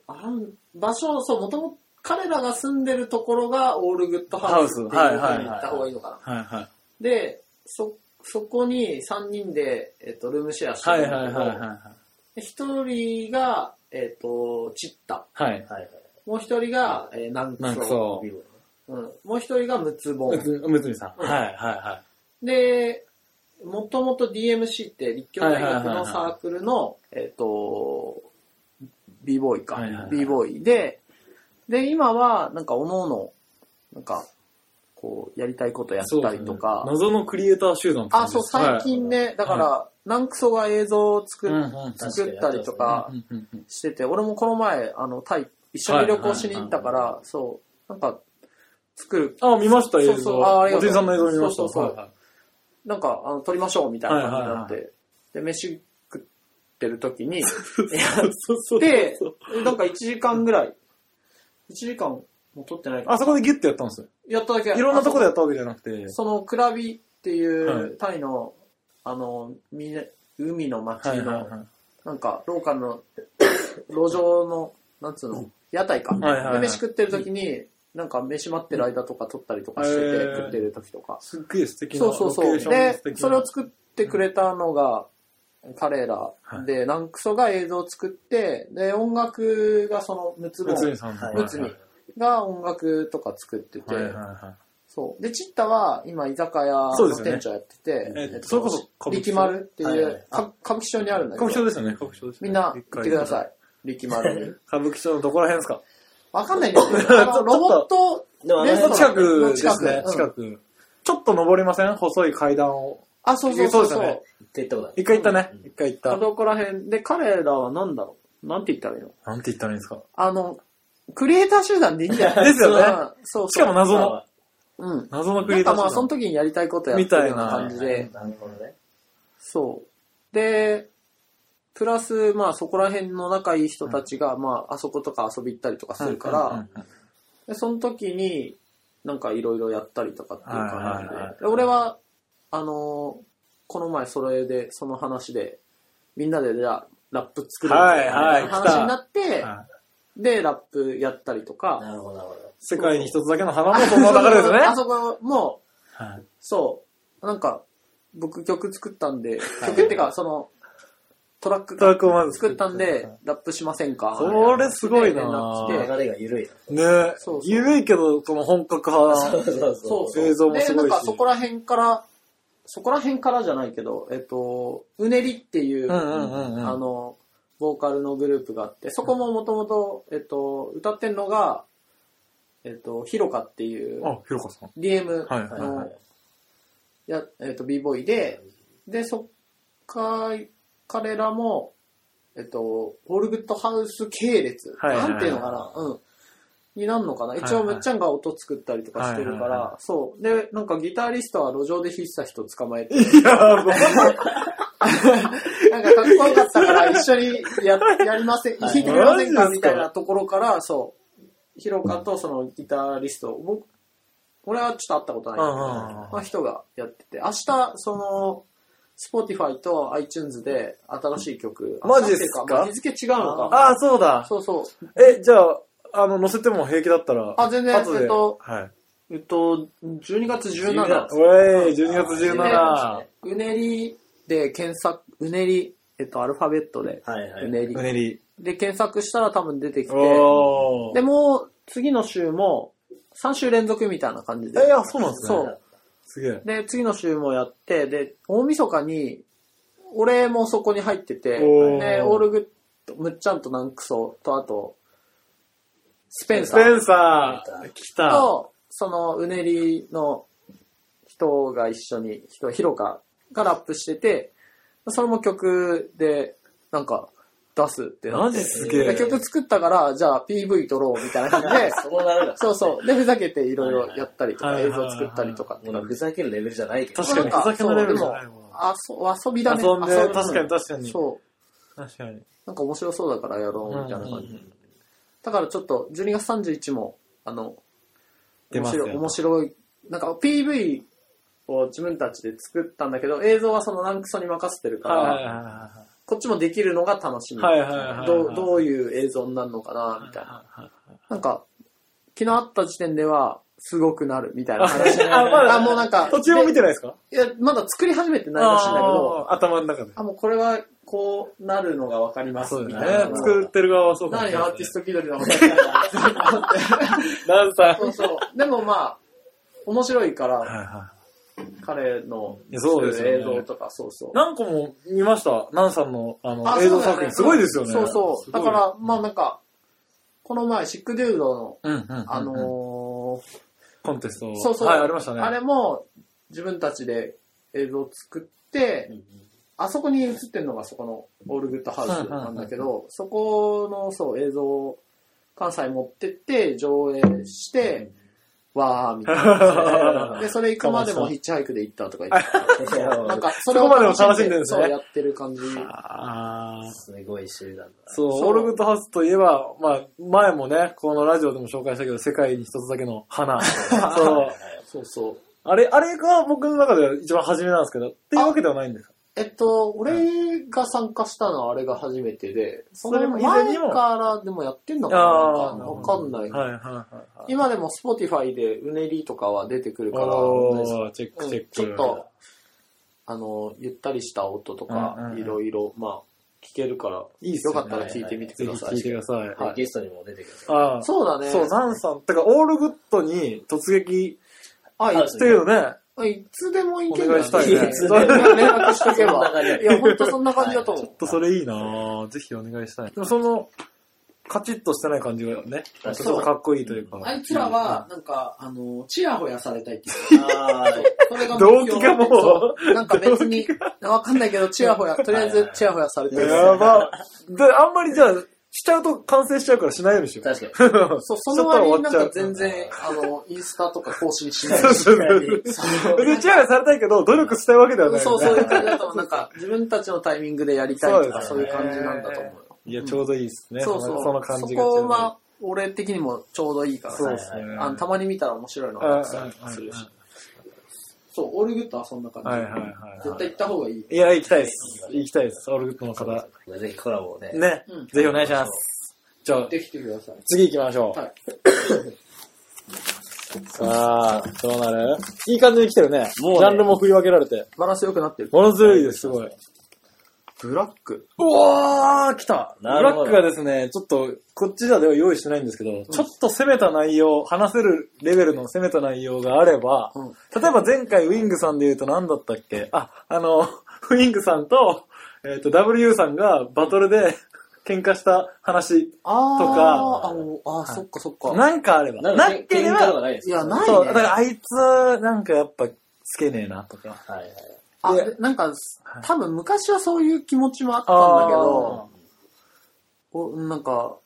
あん場所、そう、もともと彼らが住んでるところがオールグッドハウスっていうハウスふはいはういに言った方がいいのかな。はいはい。で、そ、そこに3人で、えっと、ルームシェアしてはいるんはだけいどはいはい。で一人が、えっと、チッタ。はい。はいはい。もう一人が、えー、南なんかう。そう。うん。もう一人がムツボむン。つむつみさん。はいはいはで、もともと DMC って立教大学のサークルの、えっと、 b ボーイか、はいはいはい b ボーイで、で、今は、なんか、おのの、なんか、こう、やりたいことやったりとか、謎のクリエイター集団ってあ、感じそう、です最近ね、だから、何クソが映像を作,、うんうん作ったりとかはいうんうんうんしてて、俺もこの前、あの、タイ、一緒に旅行しに行ったから、はそう、なんか、作る、あ、見ました、映像。そうそうあありがおとうじいさんの映像見ました。そうそうそうはいなんか、あの、撮りましょうみたいな感じになって、はで、飯食ってる時 に、そうそうそうで、なんか1時間ぐらい、1時間も撮ってないかあそこでギュッてやったんですよ。やっただけ。いろんなとこであやったわけじゃなくてそ。その、クラビっていう、はいタイの、あの、みね海の町の、はいはいはいなんか、ローカルの、 路上の、なんつうの、屋台か。はいはいはいで飯食ってる時に、なんか飯待ってる間とか撮ったりとかしてて、へー食ってる時とか。すっげえ素敵なそロうそうケーそう。ションもで素敵、なそれを作ってくれたのが、彼らで、ランクソが映像を作って、で、音楽がその、ムツボ内海ンさんはいの。ムツミが音楽とか作っててはい、はいはそう。で、チッタは今居酒屋のそうですよね店長やってて、えっとそれこそ歌舞伎町力丸ってはいいはいはうい、か歌舞伎町にあるんい。だ歌舞伎町けど、ですよね、歌舞伎町ですよね。みんな行ってください。い。力丸 に。歌舞伎町のどこら辺ですかわかんない んですよ。あのロボット、でもあレのース辺の近くです近ねく、うん近く。ちょっと登りません細い階段を。あ、そうそうそうそそうですよう。ね行って行ったことない一回行ったね。一回行っどこら辺で、彼らは何だろうなんて言ったらいいのた。なんて言ったらいいんですかあの、クリエイター集団でいいんじゃない ですよねうんそうそう。しかも謎の、うん。謎のクリなエんイタかーまあ、集そ団の時にやりたいことやってるよみうなたいな感じで。なるほどねそう。で、プラス、まあ、そこら辺の仲いい人たちが、まあ、あそことか遊び行ったりとかするから、うんうんうんでその時に、なんかいろいろやったりとかっていう感じで。はいはいはいで俺は、あのーこの前それで、その話で、みんなでじゃあ、ラップ作るみたなはいはい話になって、はいで、ラップやったりとか、なるほどなるほど世界に一つだけの花もその流れですね。あそこも、はいそう、なんか、僕曲作ったんで、曲ってか、その、トラックトラックをまず作ったんで、ラップしませんかそれすごいな連絡来て流れが緩いなねえそうそう、緩いけど、その本格派そうな。そうそうそうそう。映像もすごいしで、なんかそこら辺から、そこら辺からじゃないけど、えっと、うねりっていうう、んうんうんうんあの、ボーカルのグループがあって、そこももともと、えっと、歌ってんのが、えっと、ひろかっていう、あ、ひろか さん。 DM はいはいはのいや、えっと、b ボーイで、で、そっか、彼らも、えっと、オールグッドハウス系列、はいはいはいなんていうのかな、うん、になんのかな。一は応、いはいむっちゃんが音作ったりとかしてはいはるかいはいら、そう。で、なんかギタリストは路上でひっさ人捕まえて、いや、もうなんかかっこよかったから一緒にや、やりません、弾はいいてくれませマジでんかすかみたいなところから、そう、ヒロカとそのギタリスト、僕、俺はちょっと会ったことないけど。まあ、人がやってて、明日、その、Spotify と iTunes で新しい曲。マジっすか明後日まあ日付違うのか。ああ、そうだ。そうそう。え、じゃあ、あの、乗せても平気だったら。あ全然後でえっとはい。えっと、12月17日。おい、12月ね17。うねりで検索、うねり、えっと、アルファベットで、はいはうい、ねりう。ねり。で、検索したら多分出てきて、おでー。も、次の週も、3週連続みたいな感じで。え、あ、そうなんですね。そう。すげえ。で、次の週もやって、で、大晦日に、俺もそこに入ってて、で、おーオールグッド、むっちゃんとナンクソと、あと、スペンスサペーンサー、来た。と、その、うねりの人が一緒に、人、ヒロカがラップしてて、それも曲で、なんか、出すってなマっジて。すげでえ。曲作ったから、じゃあ PV 撮ろうみたいな感じで そこならなそうそう。で、ふざけていろいろやったりとか、はいは映いはい像作ったりとかってもうふざけるレベルじゃないけど確かに、ふざけのレベルじゃないもん。あそ遊びだね。遊ん遊で、ぶ確かに確かに。そう。確かに。なんか面白そうだからやろうみたいな感じ。うんうんうんだからちょっと、12月31も、あの、出面ます白よい、面白い、なんか PV を自分たちで作ったんだけど、映像はそのランクソに任せてるかはいら、はこっちもできるのが楽しみ。はいはいはいはいどうどういう映像になるのかな、みいたいな。はい。なんか、昨日会った時点では、すごくなるみたいな話。あまだあ、もうなんか、途中も見てないですかでいや、まだ作り始めてないらしいんだけど、あー頭の中で。あ、もうこれはこうなるのがわかりますそうみだたねいな。。作ってる側はそうかもし何れないアーティスト気取りなのかみたいなダンサー。そうそう。でもまあ、面白いから、はいは彼のそうですよね映像とか、そうそう。何個も見ました。ナンさんのああの映像作品。すごいですよね。そうそう。すごだいから、まあなんか、この前、シックデュードの、うんうんうんうんあのーコンテスト。そうそうはい、ありましたね。あれも自分たちで映像を作って、あそこに映ってるのがそこのオールグッドハウスなんだけど、そこのそう映像を関西持ってって上映して、わーみたいな 感じで。で、それ行くまでもヒッチハイクで行ったとか言ってた。なんか、それをそこまでも楽しんでるんですねそうやってる感じ。あーすごい集団だ。そう、そうオールグッドハウスといえば、まあ、前もね、このラジオでも紹介したけど、世界に一つだけの 花。そう。そうそう。あれ、あれが僕の中では一番初めなんですけど、っていうわけではないん です。えっと、俺が参加したのはあれが初めてで、そそれのも以前前にもからでもやってんのかなあーわかんない。はいはいはいはい。今でも Spotify でうねりとかは出てくるから、おー、チェッうクんチェック。ちょっと、あの、ゆったりした音とうんうんかう、んいろいろ、まあ、聞けるから、いいっすよよねかったら聞いてみてぜくひださ聞いてい。ください。はいゲストにも出てください。ああ。そうだね。そう、ナンさん。てか、オールグッドに突撃あ、いあつっていうのね、あいつでも行けるお願いしたいねいつでも連絡しとけそんなば。感じいや、ほんとそんな感じだと思う。とそれいいなぁぜひお願いしたい。でもその、カチッとしてない感じがね、ちょっとかっこいいというか。あいつらは、なんか、あの、チヤホヤされたいっていう。あーそれが動機がもう、なんか別に、わかんないけど、チヤホヤ、とりあえずチヤホヤされてる。やば。で、あんまりじゃあ、しちゃうと完成しちゃうからしないようにしよう。確かに。かそう、その割になんか全全然、あの、インスタとか更新しないしそうそうそう。別にチヤホヤされたいけど、努力したいわけではない、ね。そう、そういう感じだと思う。なんか、 自分たちのタイミングでやりたいとか、そそううでいすうね感じなんだと思うよ。いや、ちょうどいいですね。そうそのう。その感じが。そこは、俺的にもちょうどいいからそうさで。すね。あのたまに見たら面白いのうんうんがうんたくさんするし。そう、オールグッドはそんな感じ。はいはいはい絶は対行った方がいい。い。いや、行きたいです。行きたいです。オールグッドの方。ぜひコラボをね。ねうん。ぜひお願いします。じゃあ、できてください。次行きましょう。はい。 さあ、どうなるいい感じに来てるね。もうねジャンルも振り分けられて。バランス良くなってる。ものずるいです、すごい。ブラック。うわー、来たブなラるほッどクがですね、ちょっと、こっちでは用意してないんですけど、ちょっと攻めた内容、話せるレベルの攻めた内容があれば、うん例えば前回ウィングさんで言うと何だったっけあ、あの、 ウィングさんと、えっ、と、W さんがバトルで喧嘩した話、あー。とかあのあー、そっかそっか。なんかあれば。なんかなけけれ喧嘩とかば、ないですいや、ないそう、だ。ねからあいつ、なんかやっぱ、つけねえなとか。はいはい。あ、ででなんか、多分昔はそういう気持ちもあったんだけど、おなんか、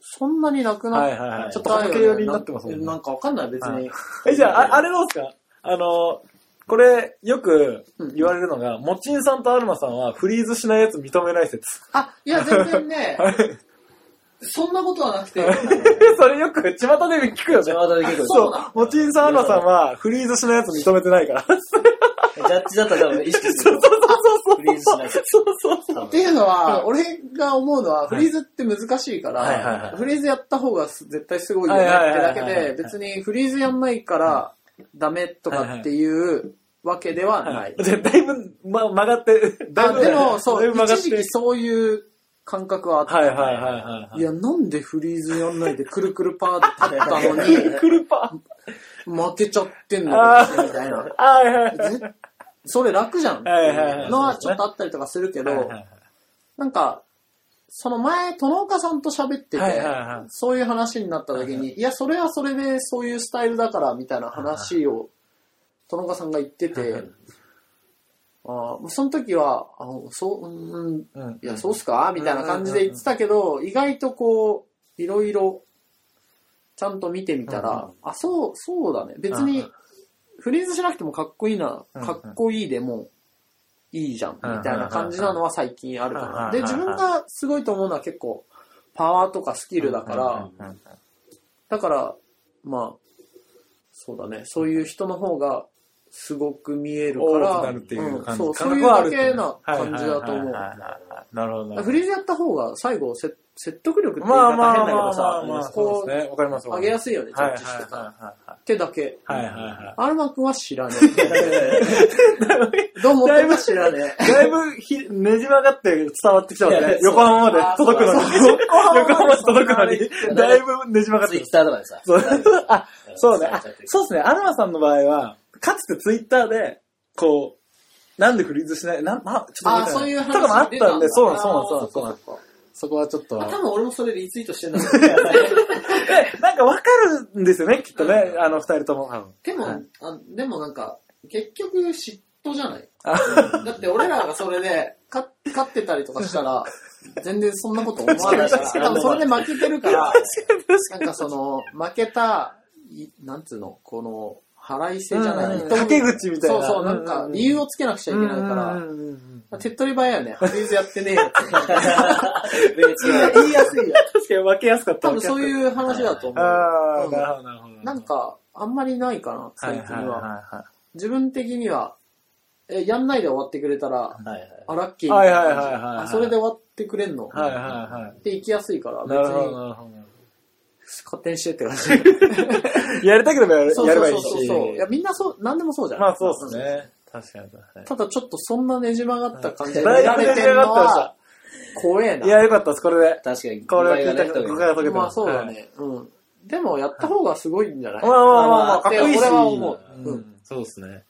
そんなになくなはいはいはいちょっとよね駆け寄りになってますもんねなんかわかんない、別に。え、じゃあ、ああれどうですかあの、これ、よく言われるのが、もちんさんとアルマさんはフリーズしないやつ認めない 説。あ、いや、全然ね、そんなことはなくて、それよく、巷で聞くよね。まだ結構、そ、そうもちんさん、アルマさんはフリーズしないやつ認めてないから。そうう。ジャッジだったら多分意識するよ。フリーズしないとそうそう。多って分いうのは、俺が思うのは、フリーズって難しいかはいはいはいら、フリーズやった方がす絶対すごいよねっはいはいてはいはだいけで、別にフリーズやんないから、ダメとかっていうわけで はない。絶対ぶ、ま、曲がって、だいあぶ、でも、そ、だいうぶ曲がっ一時て期。そういう感覚はあった。はいはいはいはいはいいや、なんでフリーズやんないでくるくるパーって立ったのい。クルパに、負けちゃってんのあかーみたいな。ー。はいはい。ぜそれ楽じゃん。はいはいはいのはちょっとあったりとかするけはいどはい、はいなんか、その前、殿岡さんと喋っててはいはいはい、そういう話になった時に、いや、それはそれでそういうスタイルだから、みたいな話を、殿岡さんが言ってて、あーその時は、あそう、うん、うんいや、そうっすかみたいな感じで言ってたけど、意外とこう、いろいろ、ちゃんと見てみたうんら、あ、そう、そうだね。別うにん、フリーズしなくてもかっこいいな、うんうんかっこいいでも、いいじゃん、みうんたいな感じなのは最近あるかうんな。で、自分がすごいと思うのは結構、パワーとかスキルだから、うんうんだから、まあ、そうだね、そういう人の方が、すごく見えるか多ら、くなるっていう感じ。うんそう、そう感いう覚はあるだけな感じだとはいはい思うはい。はいなるほどなるほど。フリーズやった方が最後せ説得力って言いまあま方あ変まだけあどまあまあ、さ、そうこですね。わかります。う上げやすすいよね、ジはいはャッいジしてたら。はってだけ。いはい。はいはいはアルマ君は知らねえ。 どうも君は知らねえ。い。だいぶひねじ曲がって伝わってきたわいやねそう。横浜まで届くのに。横浜まで届くのうに。だいぶねじ曲がっツイてッターとかでさ。そうあ、そうね。伝わあっちゃってるそうですね。アルマさんの場合は、かつてツイッターで、こう、なんでフリーズしない、なん、まあ、ちょっとあ覚えてなあ、そういう話とかもあったんで、そうなんです、そうなんです、そうなんあでーす、そうなんです。そっかそこはちょっとそっか。あ、多分俺もそれリツイートしてんだ なんかわかるんですよね、きっとね、あの二人とも。多分でも、はいあでもなんか、結局嫉妬じゃないあだって俺らがそれで、勝勝ってたりとかし たら、全然そんなこと思わないから、確かに確かに多分それで負けてるから、なんかその、負けた、いなんつうの、この、腹いせじゃない、うん糸賭け口みたいな。そうそう、なんか、理由由をつけなくちゃいけないから、まあ手っ取り早いよね。フリーズやってねえよ って。言いやすいよ。確かに分けやすかった。多分そうう。いう話だと思う。あうあ、んなるほど、なるほど。なん、か、あんまりないかな、はい最はい近はいは。は自分的には、え、やんないで終わってくれたら、はいはい。あ、ラッキい。ーはみいたはいいなはいはい。あそれで終わってくれんの、はいはいはって行きやすいから、い。別なるほど、になるほ勝手にしてって感じ。ど。やりたければやるそう やれそばういいそうそうし。そう。いや、みんなそう、なんでもそうじゃん。まあそうですね。確かに確かに。ただちょっとそんなねじ曲がった感じでだ見らいぶれ出て来る上がのってましは た。怖えな。いや、よかったです、これで。確かに。これを聞いた誤解人ががね解けてまあますそうだ。ね。うん。でもやった方がすごいんじゃない、はいまあまあまあまあ、かっでこいいし。俺は思う。う。うんんそうですね。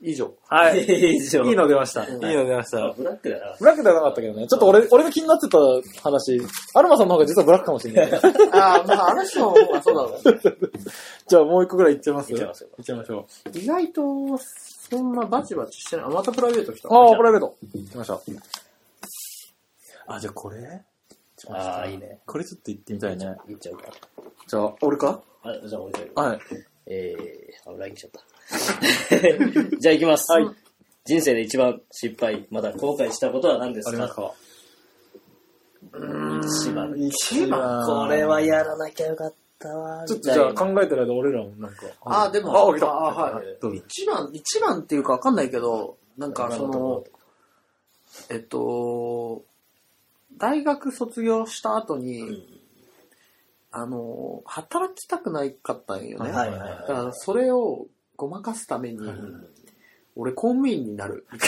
以上。はい。 いやいいじゃんいいの出ました。いいんの出ました。ブラックだな。ブラックではなかったけどね。ちょっと俺、俺が気になってた話、アルマさんの方が実はブラックかもしれない。ああ、まああの人の方がそうだろうね。じゃあもう一個ぐらいいっちゃいますいっちゃいますよいっちゃいましょ意外と、そんなバチバチしてない。あまたプライベート来た。う。ああ、プライベート。いきました。あ、じゃあこれああ、いいね。これちょっと行ってみたいね。いっちゃうか。じゃあ、俺かあ、じゃあ俺だよ。はい。えー、あ、LINE 来ちゃった。じゃあ行きます。はい。人生で一番失敗、また後悔したことは何ですかか一番。一番これはやらなきゃよかったわ。ちょっとじゃあ考えてる間俺らもなんか。ああ、でも、あ、起きた。ああはい。どうぞ。一番、一番っていうかわかんないけど、なんかそ今のとのこ、えっと、大学卒業した後に、んあの、働きたくないかったんよね。はいはいはいだからそれをごまかすために、俺公務員になるみた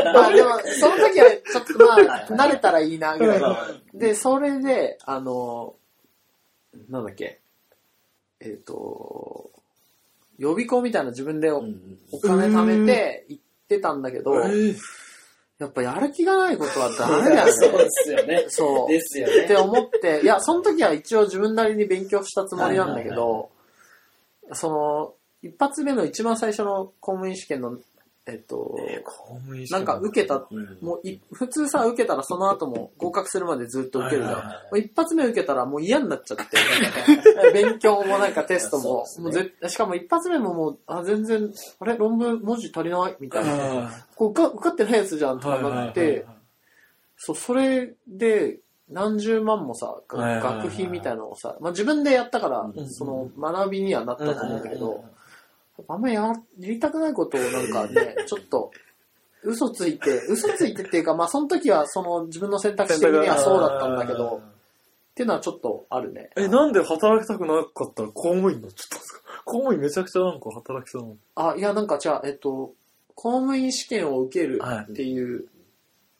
いな。 まあでも、その時はちょっとまあ、慣れたらいいなぐらいの。で、それで、あの、なんだっけ、えっ、と、予備校みたいな自分でお,、うん金貯めて行ってたんだけど、やっぱやる気がないことはダメだそう よねで。すよね。そう。ですよってね。思って、いや、その時は一応自分なりに勉強したつもりなんだはいけはいど、その、一発目の一番最初の公務員試験の、えっと、公務員試な験んか受けた、うんもうい普通さ、受けたらその後も合格するまでずっと受けるじゃん。はいもはいはいう一発目受けたらもう嫌になっちゃって、勉強もなんかテストそうもで、すねもう絶しかも一発目ももう、あ、全然、あれ論文文字足りないみたいな。こう受か受かってないやつじゃんとかなって、そう、それで、何十万もさ、がはいはいはい学費みたいなのをさ、まあ自分でやったから、うんその学びにはなったと思うんだけうんうんど、あんまりややりたくないことをなんかね、ちょっと、嘘ついて、嘘ついてっていうか、まあその時はその自分の選択肢的にはそうだったんだけど、っていうのはちょっとあるね。 え、なんで働きたくなかったら公務員になっちゃったんですか 公務員めちゃくちゃなんか働きそうなの。あ、いやなんかじゃあ、えっと、公務員試験を受けるっていう、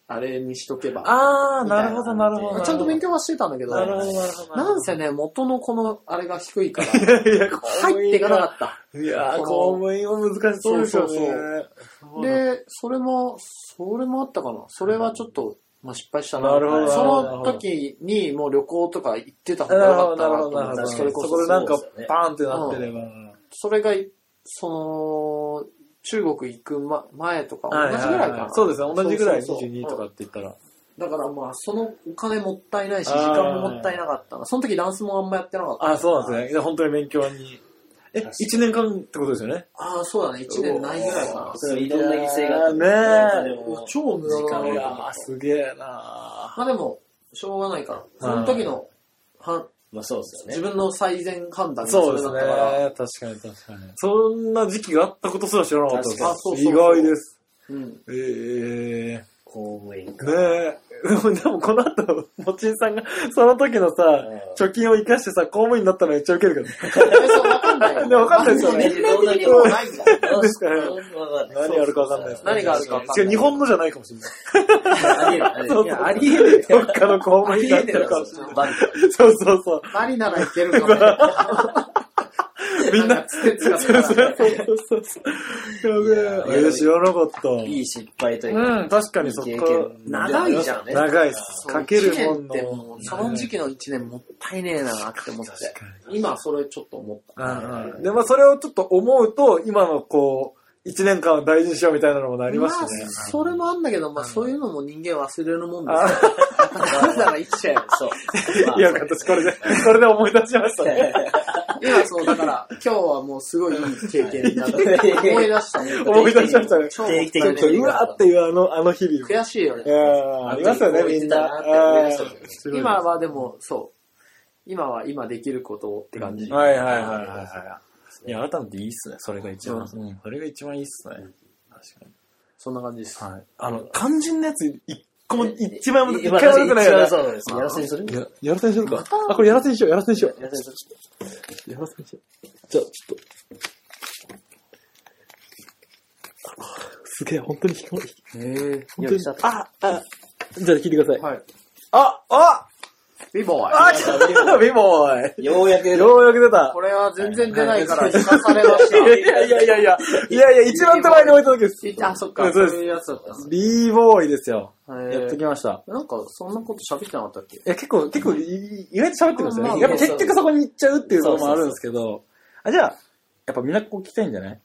あれにしとけば、あーなるほどなるほどまあちゃんと勉強はしてたんだけど、なるほど、なるほど。なんせね、元のこのあれが低いから、いや、入っていかなかった。た。いやー、この公務員は難しそうですよね。そうそうだで、それも、それもあったかな。それはちょっと、まあ、失敗したな。なるほどそなるのほど時に、もう旅行とか行ってた方なが良るほかど、っなたるなほとど、なるほど。思って、それこそそこでなんかそうですよね、バーンってなってれば。それが、その、中国行くま前とか、は同じぐらいかはな。そうですね、同じぐらい、そうそうそう22とかって言ったら。だからまあ、そのお金もったいないし、あ時ー間ももったいなかったな。その時ダンスもあんまやってなかった。あ、そうなんですね。いや本当に勉強に。え、1年間ってことですよね。ああ、そうだね。1年ないぐらいかそれはいろんな犠牲があった。ねえな。超無駄だ時間なが。あ、すげえなまあでも、しょうがないから。その時の、はまあそうですよ自ね。分の最善判断がそうそでれすねだったから。。確かに確かに。そんな時期があったことすら知らなかったで確すかにあそうそうそ意う外です。うん。ええ公務員か。ねえ。 でもこの後、もちんさんが、その時のさうん、貯金を生かしてさ、公務員になったのめっちゃウケるけど。そう、わかんない よ。でわかんないですよね年齢的にもうないんだよ。どうですかねわかんない何があるかわかんないですね。何があるかわかんな違いう日本のじゃないかもしれない。ありえない。そうそういやありえない。どっかの公務員になってるかもしれない。そうそうそう。バリならいけるかも。め みんな、つってつかつかから。やべえ。えー、知らなかった。いい失敗というか、うん、確かにそっいいか経験長いじゃんねら。長いっす。かけるもん一年ってもの。うその時期の一年もったいねえなって思って。今それちょっと思った。うんうんで、まあそれをちょっと思うと、今のこう、一年間を大事にしようみたいなのもなりましたねまあ。それもあんだけど、まあそういうのも人間忘れるもんですよ。だから生きちゃえば。そう。いや、私これで、これで思い出しましたね。今そう、だから今日はもうすごいいい経験に なった。思い出したね。思い出しましたね。ち超ょもっっ定期的たいになと、いうわーっていうあの、あの日々を。悔しいよいね。やーありますよね、みんな。ああと一歩行ったなって思い出したー今はでも、そう。今は今できることをって感じ。はいはいはいはいはい。いや、改めていいっすね。それが一番。うん、それが一番いいっすね。確かに。そんな感じです。はい。あの、肝心なやつ、一個も、一枚も、一今回悪くないよね一番。そうなんです。やらせにするや、やらせにするか。あ、これやらせにしよう、やらせにしよう。やらせにするやらせにしよう。じゃあ、ちょっと。すげえ、本当に引く。へよ本くし当にたと。あ、あ、じゃあ聞いてください。はい。あ、あ、ビボーイ。あ、ちょっと、 ビボーイ。ようやく出たようやく出たこ。れは全然出ないから、聞かされましいやいやいやいや、いやいや、一番手前に置いた時です。た。あ、そっか、そそううですいうやつだったんです。ビーボーイですよ。へえやってきました。なんか、そんなこと喋ってなかったっけいや、結構、結構、い意外と喋ってるんですよね。まあやっぱ結局そこに行っちゃうっていうこともあるんですけど、あ、じゃあ、やっぱみんなここ聞きたいんじゃない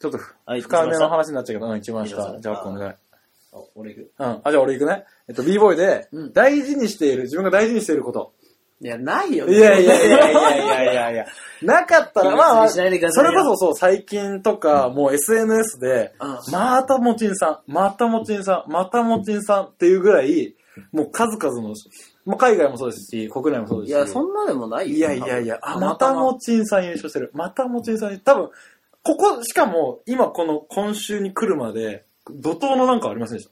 ちょっとふはい深めの話になっちゃうけど、うん、一番一番下。下じゃあ、お願い。あ俺行く。うん。あ、じゃあ俺行くね。えっと、b ボーイでうん、大事にしている、自分が大事にしていること。いや、ないよいやいやいやいやいやいやいや。なかったら、まあまあ、気にしそないれでくだこさいよそそう、最近とか、もう SNS で、うまたもちんさん、またもちんさん、またもちんさんっていうぐらい、もう数々の、もう海外もそうですし、国内もそうでいすし。や、そんなでもないよ。いやいやいや、あ、多分またもちんさん優勝してる。またもちんさん、多分、ここ、しかも、今この今週に来るまで、怒涛のなんかありませんでし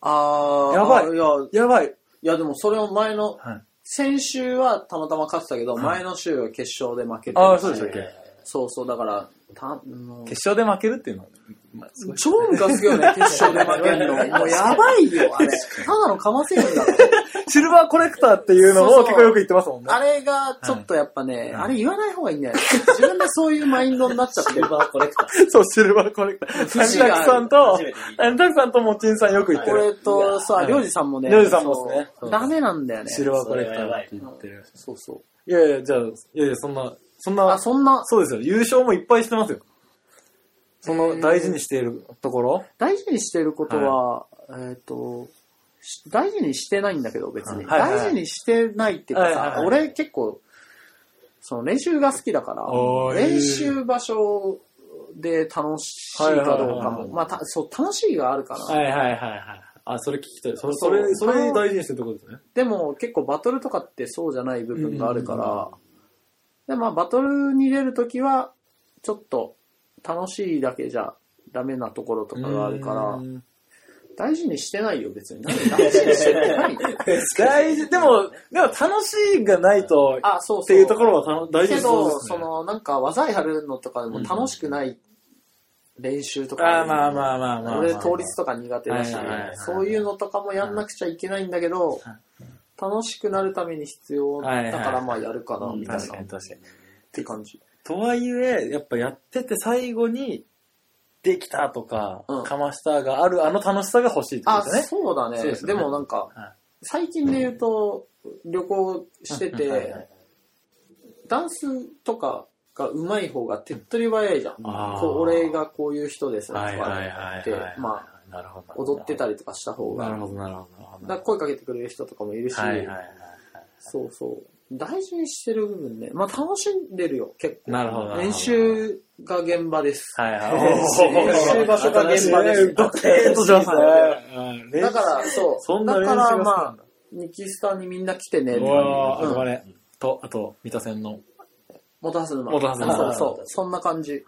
あー、やばいあいや、たやばい。いやでもそれを前の、はい先週はたまたま勝ってたけど、前の週は決勝で負けてるああ、そうでしたっけそうそう、だから、た、もう決勝で負けるっていうのは、まあ、すごい。超ムカつくよ ね、決勝で負けるの。もうやばいよ、あれ。ただのかませるんだろ。シルバーコレクターっていうのそうをそう結構よく言ってますもんね。あれが、ちょっとやっぱね、はいあれ言わない方がいいんじゃない自分でそういうマインドになっちゃって る。バーコレクター。そう、シルバーコレクター。不思議三があ宅るさんと初めて聞い、た三宅さんともちんさんよく言ってる。俺と、さ、はいりょうじさんもね、りょうじさんもですねそうダメなんだよね。シルバーコレクターって言ってる。そうそう。いやいや、じゃあ、いやいや、そんな、そんなあ、、そんな、そうですよ。優勝もいっぱいしてますよ。その大事にしているところ。大事にしてることは、えっ、と、し大事にしてないんだけど、別に。はいはい大事にしてないっていうかさ、はいはいはい俺結構、その練習が好きだからお、ー練習場所で楽しいかどうかも、はいはいはいはいまあた、そう、楽しいがあるから、いはいはいはい。あ、それ聞きたい。それ、そそうれ、それ大事にしてるところですね。でも結構バトルとかってそうじゃない部分があるかうんうんら、で、まあ、バトルに出るときは、ちょっと楽しいだけじゃダメなところとかがあるから、大事にしてないよ、別に。何大事にしてない。大事、でも、でも楽しいがないと、あ、そうそっう。ていうところはたの大事けにそうど、ですそね。の、なんか技やるのとかでも楽しくない練習とか、あーまあまあまあまあまあ。俺、倒立とか苦手だしはいはいはいは、いそういうのとかもやんなくちゃいけないんだけど、楽しくなるために必要だはいはいから、まあやるかな、みたいな。確かに確かに。って感じ。とはいえ、やっぱやってて最後に、できたとか、うんかましたがある、あの楽しさが欲しいってこあ、とですね。そうだね。そうでですねもなんかはい、最近で言うと、旅行してて、ダンスとかが上手い方が手っ取り早いじゃん。あーこう俺がこういう人ですとかはいはいっはいてはい。、まあ、あ、なるほど。踊ってたりとかした方が。なるだほど、なるほど。から声かけてくれる人とかもいるし、はいはいはい。そうそう。大事にしてる部分ね。まあ楽しんでるよ、結構。なるほどなるほど練習が現場です。はいはい。練習場所が現場です。ドキーンとしますね。だから、そう。そんな練だ習が好きなからまんだあ、ミキスタにみんな来てね、うとわかー、あうとあんれ。と、あと、三田線の。元ハス沼。元ハス沼そうそう。そんな感じ。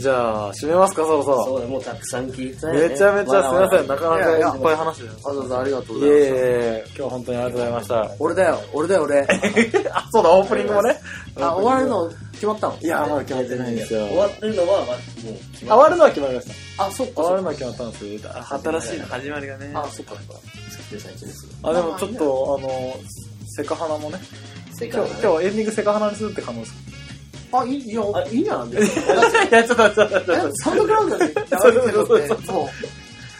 じゃあ、締めますか、そろそろ。そうだ、もうたくさん聞いたよね。めちゃめちゃすみません、なかなかいいやっぱい話してます。わざわざありがとういごえいざいえました。いえ、今日は本当にありがとうございまし俺だよ、俺だよ、俺。た。あ、そうだ、オープニングもね。 あ、終わるの決まったのいや、まだ決まってないんですよ。終わってるのは、まもう決あ終まっわるのは決まりました。あ、そっかあそれっか。なきゃなったんですよ。新しいの始まりがね。あ、そっか。作って最中です。あ、でもちょっと、あの、セカハラもね。正今日、今日はエンディングセカハラにするって可能性。あ、いい、いや、いいんじゃないですか。 いや、ちょっと待って、ちょっとえ待って。サウンドクラウド で流れてるのって、もう。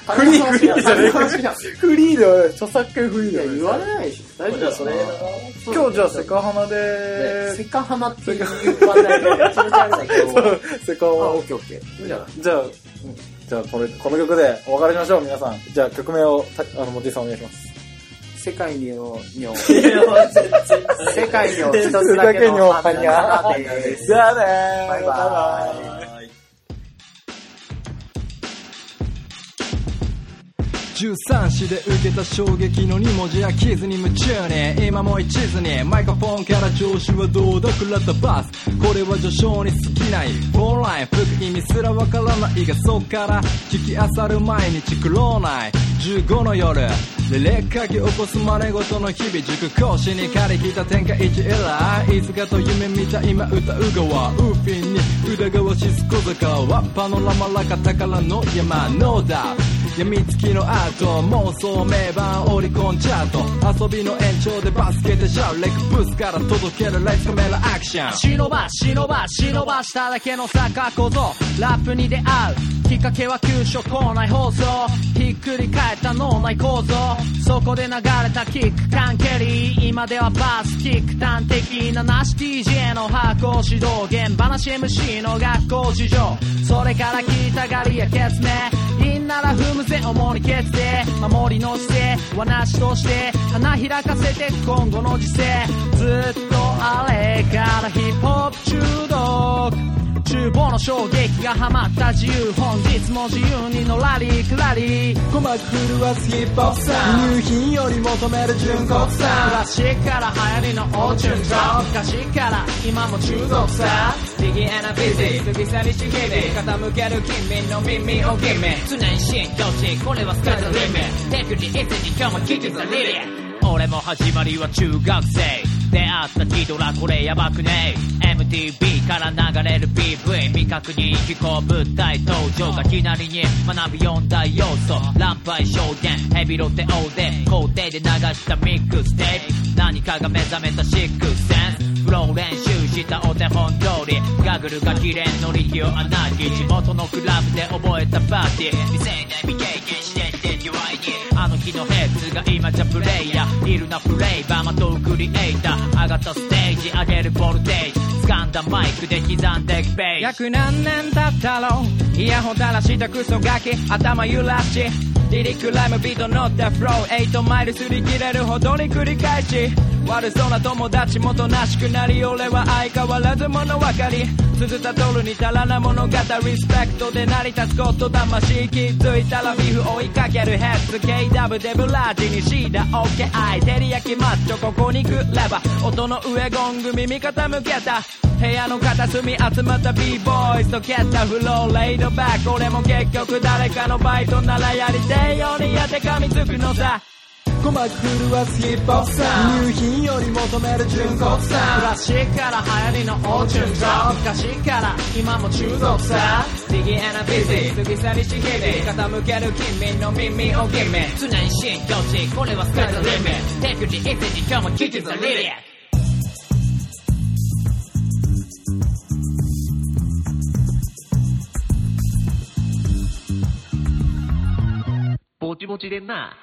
フリーフリーじゃねえか話がフリーではない、著作権フリーいでや、はない。言われないでしょ。大じ丈ゃ夫あそれ、今日じゃあセカハナゃセで、カハマっていう言わないで。決めてあるんだけど。セカハあ、をオッケーオッケー。いいんじゃないじゃあ、うんじゃあこれ、この曲でお別れしましょう、皆さん。じゃあ曲名を、たあの、モテさんお願いし ます。世界にの、にょ全然世界にょ、一つだけの花です。じゃあねーバイバーイ。 13市で受けた衝撃の2文字や傷に夢中に今も一途にマイクロフォンから調子はどうだくらったバスこれは序章に過ぎないオンライン吹く意味すらわからないがそっから聞き漁る毎日苦労ない15の夜で劣化き起こす真似事の日々塾講師に借り引いた天下一偉いいつかと夢見た今歌う側ウーフィンに腕がわしす小坂はパノラマラカ宝の山ノーダウ病みつきのアート妄想名盤オリコンチャート遊びの延長でバスケでシャウレックブースから届けるライスカメラアクション忍ば忍ば忍ばしただけのサッカー小僧ラップに出会うきっかけは急所校内放送ひっくり返った脳内構造そこで流れたキック缶ケリー今ではバスキック端的ななし DJ の発行指導現場なし MC の学校事情それから聞いたがりやケツメインなら踏むぜ主にケツで守りの姿勢はなしとして花開かせて今後の時世ずっとあれからヒップホップ中毒厨房の衝撃がハマった自由本日も自由にのらりくらり鼓膜震わすヒップホップさん入品より求める純国産クラシックから流行りのオーチュンザ昔から今も中国さビギエナビジ過ぎ去りし日々傾ける君の耳を君常に進行しこれはスカイザリメ手口いつに今日も聞きザリリ俺も始まりは中学生出会ったヒドラこれヤバくね MTV から流れる PV 未確認飛行物体登場が左に学び四大要素乱敗少年ヘビロテオーデ校庭で流したミックステープ何かが目覚めたシックスセンスフロー練習したお手本通りガグルが綺麗のリキュアナギ地元のクラブで覚えたパーティー未成年未経験してって DIY にあの日のヘッズが今じゃプレイヤーいるなフレイバーまとうクリエイター上がったステージ上げるボルテージ掴んだマイクで刻んでくページ約何年経ったろうイヤホン垂らしたクソガキ頭揺らしリリックライムビート乗ったフロー8マイルすり切れるほどに繰り返し悪そうな友達もとなしくなり俺は相変わらず物分かり鈴たとるに足らな物語リスペクトで成り立つこと魂気づいたらビーフ追いかけるヘッズ KW デブラージにシーダ OKI 照り焼きマッチョここに来れば音の上ゴング耳傾けた部屋の片隅集まった b ボーイズと蹴ったフローレイドバック俺も結局誰かのバイトならやりてえようにやって噛みつくのさ鼓膜震わすヒップホップさん入品より求める純国産クラシックから流行りのオーチュンザ昔から今も中毒さ Biggie and Busy 過ぎ去りし日々傾ける君の耳を君常に進行しこれはスカイザリメ手口いつに今日も聞きザリリアぼちぼちでんな